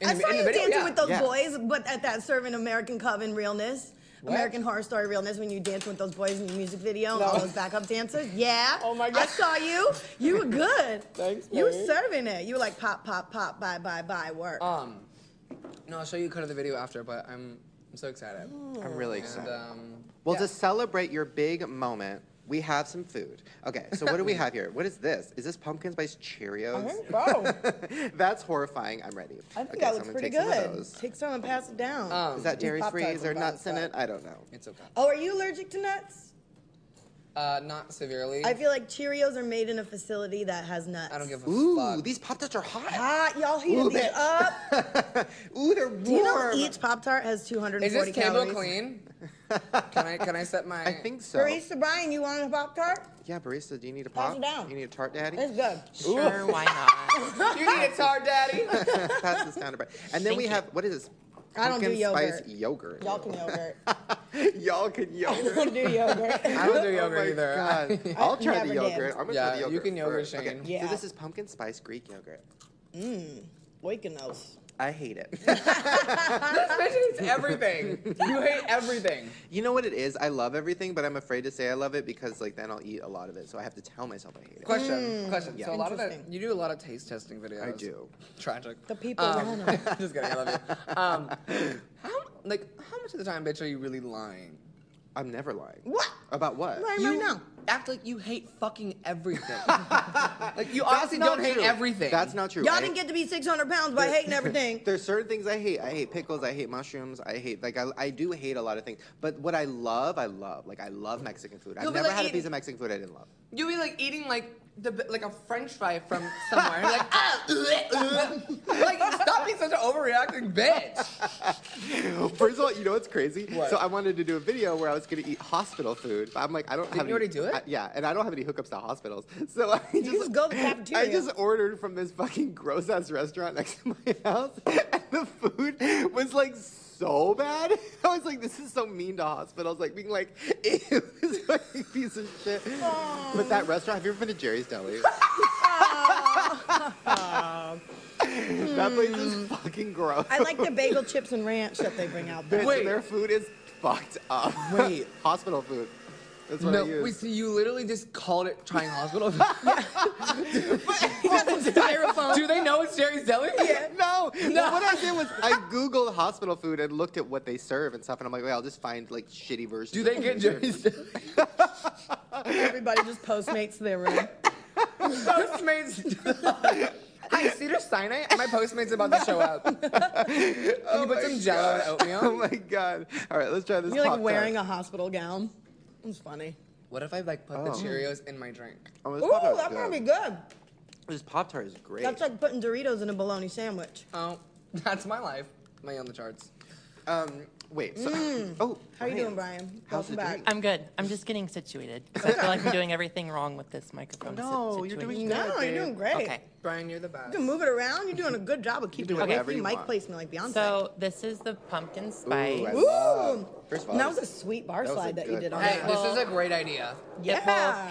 Speaker 4: In
Speaker 2: I
Speaker 4: the-
Speaker 2: saw
Speaker 4: in the
Speaker 2: you
Speaker 4: video,
Speaker 2: dancing
Speaker 4: yeah.
Speaker 2: with those
Speaker 1: Yeah.
Speaker 2: boys, but at that serving American Cub in realness. American Horror Story realness when you dance with those boys in your music video and all those backup dancers. Yeah.
Speaker 4: Oh my
Speaker 2: I
Speaker 4: God.
Speaker 2: saw you. You were good.
Speaker 4: Thanks,
Speaker 2: You were
Speaker 4: babe.
Speaker 2: serving it. You were like pop, pop, pop, bye, bye, bye, work.
Speaker 1: Uh,
Speaker 4: Um, no, I'll show you a cut of the video after, but I'm I'm so excited.
Speaker 2: Mm.
Speaker 1: I'm really excited.
Speaker 4: And,
Speaker 2: uh,
Speaker 4: um,
Speaker 1: Well,
Speaker 4: yeah.
Speaker 1: to celebrate your big moment, we have some food. Okay, so what do we have here? What is this? Is this pumpkin spice Cheerios? That's horrifying. I'm ready.
Speaker 2: I think
Speaker 1: okay,
Speaker 2: that
Speaker 1: so
Speaker 2: looks
Speaker 1: I'm gonna
Speaker 2: pretty
Speaker 1: take some of
Speaker 2: good.
Speaker 1: those.
Speaker 2: Take some and pass it down.
Speaker 4: Um,
Speaker 1: Is that
Speaker 2: These
Speaker 1: dairy free?
Speaker 2: Pop-Tarts
Speaker 1: Is there
Speaker 2: look bad
Speaker 1: nuts in
Speaker 2: as
Speaker 1: it? I don't know.
Speaker 4: it's okay.
Speaker 2: oh, are you allergic to nuts?
Speaker 4: Uh, not severely.
Speaker 2: I feel like Cheerios are made in a facility that has nuts.
Speaker 4: I don't give a
Speaker 1: Ooh,
Speaker 4: fuck.
Speaker 1: these Pop Tarts are hot.
Speaker 2: Ah, y'all heated
Speaker 1: Ooh,
Speaker 2: these
Speaker 1: bitch.
Speaker 2: up.
Speaker 1: Ooh, they're warm.
Speaker 2: Do you know each Pop Tart has 240
Speaker 4: Is this table
Speaker 2: calories?
Speaker 4: clean? can I can I set my?
Speaker 1: I think so.
Speaker 2: Barista Brian, you want a Pop Tart?
Speaker 1: Yeah, barista, do you need a
Speaker 2: Pass
Speaker 1: pop?
Speaker 2: it down.
Speaker 1: You need a tart, daddy?
Speaker 2: It's good.
Speaker 6: Sure, why not?
Speaker 4: you need a tart, daddy.
Speaker 1: Pass this down to Brad. And then we have what is this?
Speaker 2: I don't do
Speaker 1: Pumpkin spice
Speaker 2: yogurt.
Speaker 1: yogurt.
Speaker 2: Y'all can yogurt.
Speaker 1: Y'all can yogurt.
Speaker 2: Don't do yogurt.
Speaker 4: I don't do
Speaker 1: Oh
Speaker 4: yogurt
Speaker 1: my
Speaker 4: either.
Speaker 1: God. I'll try the
Speaker 2: never did.
Speaker 1: yogurt. I'm gonna
Speaker 4: Yeah,
Speaker 1: try the
Speaker 4: you
Speaker 1: yogurt.
Speaker 4: can yogurt,
Speaker 1: first. Okay,
Speaker 4: Shane.
Speaker 2: Yeah.
Speaker 1: So this is pumpkin spice Greek yogurt.
Speaker 2: Oikonos.
Speaker 1: I hate it.
Speaker 4: It's everything. You hate everything.
Speaker 1: you know what it is? I love everything, but I'm afraid to say I love it because like then I'll eat a lot of it. So I have to tell myself I hate it.
Speaker 4: Question. Question. So a lot of that,
Speaker 2: Interesting.
Speaker 4: you do a lot of taste testing videos.
Speaker 1: I do.
Speaker 4: Tragic. Um,
Speaker 2: The people want 'em.
Speaker 4: Just kidding. I love you. Um, how like how much of the time, bitch, are you really lying?
Speaker 1: I'm never lying.
Speaker 2: What?
Speaker 1: About what?
Speaker 2: Lying
Speaker 4: You
Speaker 2: right now.
Speaker 4: act like you hate fucking everything. like you honestly
Speaker 1: That's
Speaker 4: don't
Speaker 1: not
Speaker 4: hate
Speaker 1: true.
Speaker 4: everything.
Speaker 1: That's not true.
Speaker 2: Y'all
Speaker 1: I-
Speaker 2: didn't get to be 600 pounds by hating everything.
Speaker 1: There's certain things I hate. I hate pickles. I hate mushrooms. I hate like I, I do hate a lot of things. But what I love, I love. Like I love Mexican food.
Speaker 4: You'll
Speaker 1: I've
Speaker 4: be
Speaker 1: never
Speaker 4: like
Speaker 1: had a
Speaker 4: eating-
Speaker 1: piece of Mexican food I didn't love.
Speaker 4: You be like eating like the like a French fry from somewhere. You're like ah, bleh, bleh." like stop being such an overreacting bitch.
Speaker 1: First of all, you know what's crazy?
Speaker 4: What?
Speaker 1: So I wanted to do a video where I was going to eat hospital food, but I'm like, I don't have.
Speaker 4: you already do it?
Speaker 1: I- yeah, and I don't have any hookups to hospitals, so I just,
Speaker 2: just go to the
Speaker 1: I
Speaker 2: cafeteria.
Speaker 1: just ordered from this fucking gross ass restaurant next to my house, and the food was like. So bad. I was like, this is so mean to hospitals. Like being like, ew, this fucking piece of shit. But that restaurant, have you ever been to Jerry's Deli? that place is fucking gross.
Speaker 2: I like the bagel chips and ranch that they bring out.
Speaker 1: Bitch,
Speaker 2: There.
Speaker 1: their food is fucked up.
Speaker 4: Wait.
Speaker 1: hospital food. That's what
Speaker 4: No,
Speaker 1: I use.
Speaker 4: wait, so you literally just called it trying hospital.
Speaker 2: Styrofoam.
Speaker 4: do they know it's Jerry's Deli? Yeah.
Speaker 1: no, no. What I did was I googled hospital food and looked at what they serve and stuff, and I'm like, wait, I'll just find like shitty versions.
Speaker 4: Do they get Jerry's Deli?
Speaker 2: Everybody just postmates their room.
Speaker 4: Postmates. Hi, Cedar Sinai. My Postmates about to show up. Can you put some Jello and
Speaker 1: Oh
Speaker 4: oatmeal?
Speaker 1: my god! All right, let's try this.
Speaker 2: You're like
Speaker 1: Pop-Tart.
Speaker 2: wearing a hospital gown. It's funny.
Speaker 4: What if I like put the
Speaker 1: Oh.
Speaker 4: Cheerios in my drink?
Speaker 1: Oh, this
Speaker 2: Ooh,
Speaker 1: Pop-Tart's
Speaker 2: that might be
Speaker 1: good.
Speaker 2: good.
Speaker 1: This Pop Tart is great.
Speaker 2: That's like putting Doritos in a bologna sandwich.
Speaker 4: Oh, that's my life. My on the charts.
Speaker 1: um, wait. So, oh,
Speaker 2: Mm. How you doing, Brian?
Speaker 1: How's
Speaker 2: Welcome
Speaker 1: the
Speaker 2: back.
Speaker 1: drink?
Speaker 6: I'm good. I'm just getting situated. 'cause I feel like I'm doing everything wrong with this microphone. si-
Speaker 1: No, you're
Speaker 6: situation.
Speaker 1: doing
Speaker 2: No, you're doing great.
Speaker 6: Okay.
Speaker 4: Brian, you're the best.
Speaker 2: You can move it around. You're doing a good job of
Speaker 1: do
Speaker 2: keeping up
Speaker 1: whatever
Speaker 2: with
Speaker 1: you
Speaker 2: your mic
Speaker 1: want.
Speaker 2: placement like Beyonce.
Speaker 6: So this is the pumpkin spice.
Speaker 1: I
Speaker 2: Ooh.
Speaker 1: love- Uh, First of all,
Speaker 2: that was a sweet bar
Speaker 1: that was a
Speaker 2: slide that you
Speaker 1: good
Speaker 2: did on
Speaker 1: bar.
Speaker 4: Hey,
Speaker 2: that.
Speaker 4: this is a great idea.
Speaker 6: It
Speaker 2: Yeah.
Speaker 6: will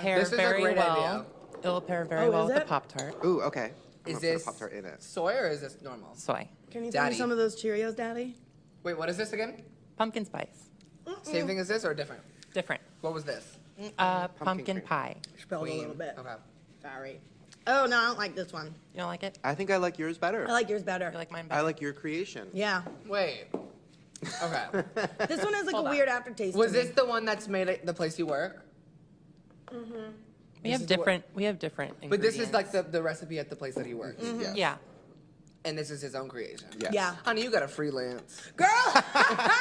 Speaker 6: pair
Speaker 4: This is a
Speaker 6: very
Speaker 4: great
Speaker 6: well.
Speaker 4: idea.
Speaker 6: It will pair very
Speaker 2: Oh,
Speaker 6: well
Speaker 2: is
Speaker 6: with the
Speaker 2: it?
Speaker 6: Pop Tart.
Speaker 1: Ooh, okay. I'm gonna
Speaker 4: Is
Speaker 1: put
Speaker 4: this
Speaker 1: a Pop Tart in it?
Speaker 4: soy or is this normal?
Speaker 6: Soy.
Speaker 2: Can you throw me
Speaker 4: Daddy.
Speaker 2: some of those Cheerios, Daddy?
Speaker 4: Wait, what is this again?
Speaker 6: Pumpkin spice.
Speaker 4: Same thing as this or different?
Speaker 6: Different.
Speaker 4: What was this?
Speaker 6: Uh,
Speaker 1: Pumpkin
Speaker 6: pumpkin,
Speaker 1: cream.
Speaker 6: pie.
Speaker 2: Spelled a little bit.
Speaker 4: Okay.
Speaker 2: Sorry. Oh no, I don't like this one.
Speaker 6: You don't like it?
Speaker 1: I think I like yours better.
Speaker 2: I like yours better.
Speaker 6: You like mine better?
Speaker 1: I like your creation.
Speaker 2: yeah.
Speaker 4: Wait. Okay.
Speaker 2: This one has like
Speaker 6: Hold
Speaker 2: a
Speaker 6: on.
Speaker 2: weird aftertaste.
Speaker 4: was
Speaker 2: to me.
Speaker 4: this the one that's made at the place you work?
Speaker 6: we
Speaker 4: is
Speaker 6: have
Speaker 4: what-
Speaker 6: different. we have different.
Speaker 4: But
Speaker 6: Ingredients.
Speaker 4: this is like the, the recipe at the place that he works.
Speaker 1: Yes.
Speaker 6: Yeah.
Speaker 4: And this is his own creation.
Speaker 1: Yes.
Speaker 2: Mm-hmm. Yeah.
Speaker 4: Honey, you got a freelance.
Speaker 2: Girl.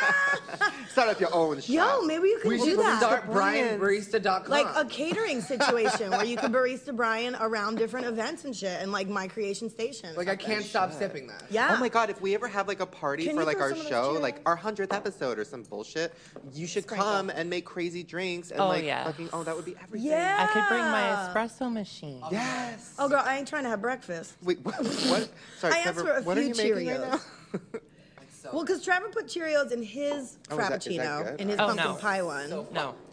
Speaker 1: Start up your own shop.
Speaker 2: Yo, maybe you could
Speaker 4: We
Speaker 2: do
Speaker 4: should
Speaker 2: that.
Speaker 4: start
Speaker 1: Brands.
Speaker 4: BrianBarista.com.
Speaker 2: like a catering situation where you could barista Brian around different events and shit, and like my creation station.
Speaker 4: like I can't stop sipping that.
Speaker 2: yeah.
Speaker 1: Oh my god, if we ever have like a party
Speaker 2: Can
Speaker 1: for
Speaker 2: you
Speaker 1: like
Speaker 2: throw
Speaker 1: our
Speaker 2: some of those
Speaker 1: show,
Speaker 2: Cheerios?
Speaker 1: like our hundredth episode or some bullshit, you should
Speaker 2: Sprinkle.
Speaker 1: come and make crazy drinks and
Speaker 6: Oh,
Speaker 1: like
Speaker 6: yeah.
Speaker 1: fucking oh that would be everything.
Speaker 2: Yeah.
Speaker 6: I could bring my
Speaker 2: Yeah.
Speaker 6: espresso machine.
Speaker 1: Yes.
Speaker 2: Oh girl, I ain't trying to have breakfast.
Speaker 1: Wait, what, what? Sorry,
Speaker 2: I asked
Speaker 1: Trevor,
Speaker 2: for a
Speaker 1: what
Speaker 2: few
Speaker 1: are you making right now?
Speaker 2: Cheerios. Well, because Trevor put Cheerios in his
Speaker 1: Oh, is that- is that
Speaker 2: frappuccino,
Speaker 1: good?
Speaker 2: in his
Speaker 6: Oh,
Speaker 2: pumpkin
Speaker 6: no.
Speaker 2: pie one.
Speaker 6: No.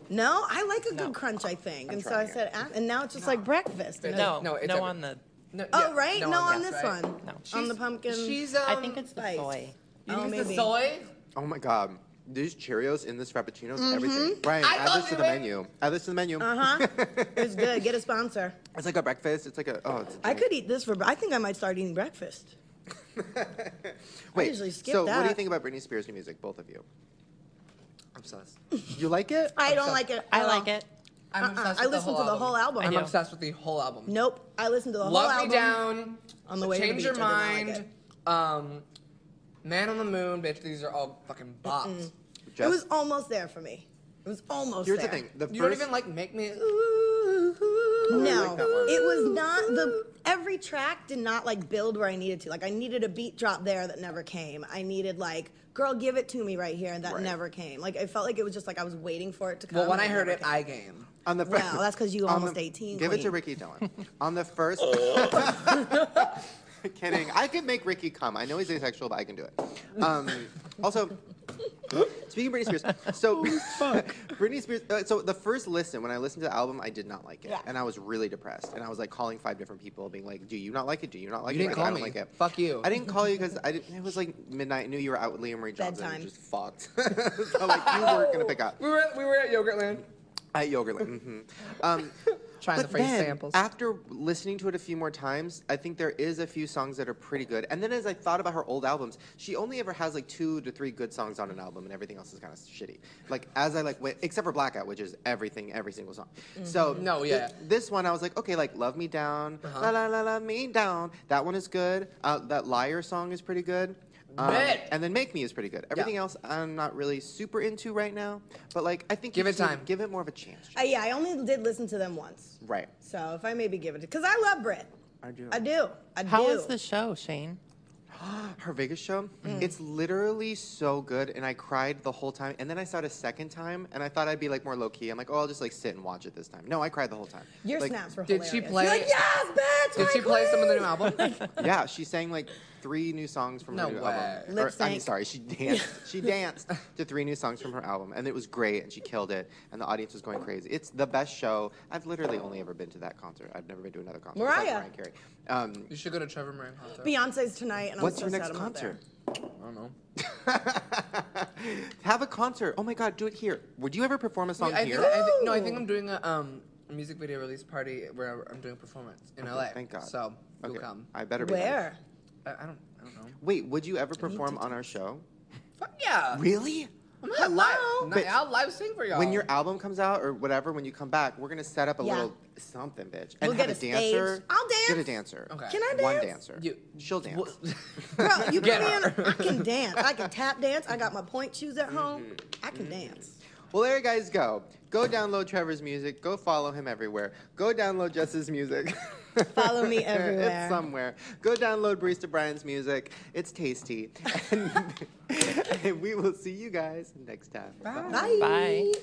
Speaker 2: no, I like a good
Speaker 6: No.
Speaker 2: crunch, I think. and so I
Speaker 1: trying
Speaker 2: said, "Ah," and now it's just like breakfast. and
Speaker 6: No.
Speaker 4: no,
Speaker 6: No.
Speaker 4: it's
Speaker 6: No
Speaker 4: okay.
Speaker 6: on the
Speaker 4: No,
Speaker 2: Oh,
Speaker 4: yeah,
Speaker 2: right? No, on
Speaker 4: that,
Speaker 2: this one.
Speaker 4: right?
Speaker 6: No.
Speaker 2: On
Speaker 4: She's-
Speaker 2: the pumpkin.
Speaker 4: She's. Um,
Speaker 6: I think it's the
Speaker 2: spice.
Speaker 6: soy.
Speaker 4: You
Speaker 2: Oh,
Speaker 4: think it's
Speaker 2: maybe.
Speaker 4: the soy?
Speaker 1: Oh my god. These Cheerios in this Frappuccino is
Speaker 2: Mm-hmm.
Speaker 1: everything. Brian,
Speaker 4: I
Speaker 1: add
Speaker 4: thought
Speaker 1: this to
Speaker 4: we
Speaker 1: the
Speaker 4: were-
Speaker 1: menu. Add this to the menu.
Speaker 2: Uh-huh. It's good. Get a sponsor.
Speaker 1: It's like a breakfast. It's like a oh. It's a
Speaker 2: I
Speaker 1: drink.
Speaker 2: could eat this for. bre- I think I might start eating breakfast.
Speaker 1: Wait.
Speaker 2: usually skip
Speaker 1: so what do you
Speaker 2: that.
Speaker 1: think about Britney Spears' new music, both of you? Obsessed. You like it?
Speaker 2: I don't like it.
Speaker 6: I
Speaker 2: at
Speaker 6: like
Speaker 2: all.
Speaker 6: it.
Speaker 4: I'm
Speaker 2: Uh-uh.
Speaker 4: obsessed
Speaker 2: I
Speaker 4: with
Speaker 2: listened to the
Speaker 4: album.
Speaker 2: whole album.
Speaker 4: I'm
Speaker 6: do.
Speaker 4: obsessed with the whole album.
Speaker 2: Nope. I listened to the
Speaker 4: Love
Speaker 2: whole
Speaker 4: Me
Speaker 2: album.
Speaker 4: Down.
Speaker 2: On the way to the
Speaker 4: Change
Speaker 2: beach,
Speaker 4: Your
Speaker 2: I did not like
Speaker 4: Mind. um, Man on the Moon, bitch. These are all fucking bops.
Speaker 1: Jeff,
Speaker 2: It was almost there for me. It was almost
Speaker 1: here's
Speaker 2: there.
Speaker 1: the thing. The
Speaker 4: You do don't
Speaker 1: first,
Speaker 4: even like Make Me.
Speaker 1: I
Speaker 2: No,
Speaker 1: like that one.
Speaker 2: it was not the every track did not like build where I needed to. Like I needed a beat drop there that never came. I needed like girl give it to me right here and that
Speaker 1: Right.
Speaker 2: never came. Like I felt like it was just like I was waiting for it to come.
Speaker 4: Well, when I
Speaker 2: and
Speaker 4: heard
Speaker 2: never
Speaker 4: it,
Speaker 2: came.
Speaker 4: I game.
Speaker 1: on the
Speaker 2: Well,
Speaker 1: first,
Speaker 2: that's 'cause you
Speaker 1: on
Speaker 2: almost
Speaker 1: the-
Speaker 2: 18,
Speaker 1: Give it to
Speaker 2: queen.
Speaker 1: Ricky Dillon. on the first. kidding. I could make Ricky come. I know he's asexual, but I can do it. Um, also, speaking of Britney Spears, so
Speaker 4: Oh,
Speaker 1: Britney Spears. Uh, so the first listen, when I listened to the album, I did not like it,
Speaker 2: Yeah.
Speaker 1: and I was really depressed. And I was like calling five different people, being like, "Do you not like it? Do you not like
Speaker 4: You
Speaker 1: it? Like,
Speaker 4: didn't
Speaker 1: I
Speaker 4: call
Speaker 1: don't
Speaker 4: me.
Speaker 1: like it.
Speaker 4: Fuck you.
Speaker 1: I didn't call you because I didn't. It was like midnight. I knew you were out with Liam Ray Johnson.
Speaker 2: Bedtime.
Speaker 1: And just fucked. so like you weren't gonna pick up
Speaker 4: We were at, we were at Yogurtland.
Speaker 1: at Yogurtland. hmm Um,
Speaker 4: Trying
Speaker 1: but
Speaker 4: to phrase
Speaker 1: then,
Speaker 4: samples.
Speaker 1: After listening to it a few more times, I think there is a few songs that are pretty good. And then as I thought about her old albums, she only ever has like two to three good songs on an album, and everything else is kind of shitty. Like as I like went, except for Blackout, which is everything, every single song. So
Speaker 4: Mm-hmm. No,
Speaker 1: thi-
Speaker 4: yeah. Uh-huh.
Speaker 1: this one I was like, okay, like Love Me Down, La La La La Me Down. That one is good. Uh, that Liar song is pretty good. Um,
Speaker 4: Bet.
Speaker 1: and then Make Me is pretty good. Everything else I'm not really super into right now, but like I think
Speaker 4: Give
Speaker 1: you
Speaker 4: it
Speaker 1: should
Speaker 4: time.
Speaker 1: give it more of a chance.
Speaker 2: I, Uh, yeah, I only did listen to them once.
Speaker 1: Right.
Speaker 2: So if I maybe give it, because I love Brit.
Speaker 1: I do.
Speaker 2: I do. I
Speaker 6: How
Speaker 2: do.
Speaker 6: was the show, Shane?
Speaker 1: her Vegas show.
Speaker 2: Mm.
Speaker 1: It's literally so good, and I cried the whole time. And then I saw it a second time, and I thought I'd be like more low key. I'm like, oh, I'll just like sit and watch it this time. No, I cried the whole time.
Speaker 2: Your
Speaker 1: like,
Speaker 2: snaps were
Speaker 4: did she
Speaker 2: hilarious.
Speaker 4: play-
Speaker 2: You're like, yes, bitch.
Speaker 4: Did
Speaker 2: my
Speaker 4: she play some of the new
Speaker 2: queen!"
Speaker 4: album?
Speaker 1: Yeah, she sang like three new songs from
Speaker 4: No
Speaker 1: her new
Speaker 4: way.
Speaker 1: album.
Speaker 2: Lip
Speaker 1: Or, I mean,
Speaker 2: sync.
Speaker 1: sorry, she danced. she danced to three new songs from her album, and it was great, and she killed it, and the audience was going crazy. It's the best show. I've literally only ever been to that concert. I've never been to another concert. besides
Speaker 2: Mariah.
Speaker 1: Mariah Carey. Um,
Speaker 4: You should go to Trevor Moran concert.
Speaker 2: Beyonce's tonight, and
Speaker 1: what's your
Speaker 2: I'm so
Speaker 1: next
Speaker 2: sad I'm not there.
Speaker 1: concert?
Speaker 4: I don't know.
Speaker 1: Have a concert. Oh my God, do it here. Would you ever perform a song
Speaker 4: I
Speaker 1: here?
Speaker 4: think, I think, no, I think I'm doing a um a music video release party where I'm doing a performance in LA.
Speaker 1: Thank God.
Speaker 4: So you'll
Speaker 1: Okay,
Speaker 4: come. I,
Speaker 1: I better be there.
Speaker 2: Where?
Speaker 4: I don't I don't know.
Speaker 1: Wait, would you ever perform on our show?
Speaker 4: Fuck yeah.
Speaker 1: Really?
Speaker 4: I'm not live.
Speaker 2: Hello?
Speaker 4: Not, I'll live sing for y'all.
Speaker 1: When your album comes out or whatever, when you come back, we're gonna set up a
Speaker 2: Yeah.
Speaker 1: little something, bitch, and
Speaker 2: We'll
Speaker 1: have
Speaker 2: get a
Speaker 1: a dancer.
Speaker 2: stage. I'll
Speaker 1: Get a
Speaker 2: dance.
Speaker 1: dancer.
Speaker 4: Okay.
Speaker 2: Can I dance?
Speaker 1: One dancer.
Speaker 4: You-
Speaker 1: She'll dance.
Speaker 2: Bro, you
Speaker 4: Get
Speaker 2: can.
Speaker 4: her.
Speaker 2: I can dance. I can tap dance. I got my point shoes at home. I can dance.
Speaker 1: Well, there you guys go. Go download Trevor's music. Go follow him everywhere. Go download Jess's music.
Speaker 2: Follow me everywhere.
Speaker 1: it's somewhere. Go download Barista Brian's music. It's tasty. and, and we will see you guys next time.
Speaker 2: Bye.
Speaker 6: Bye.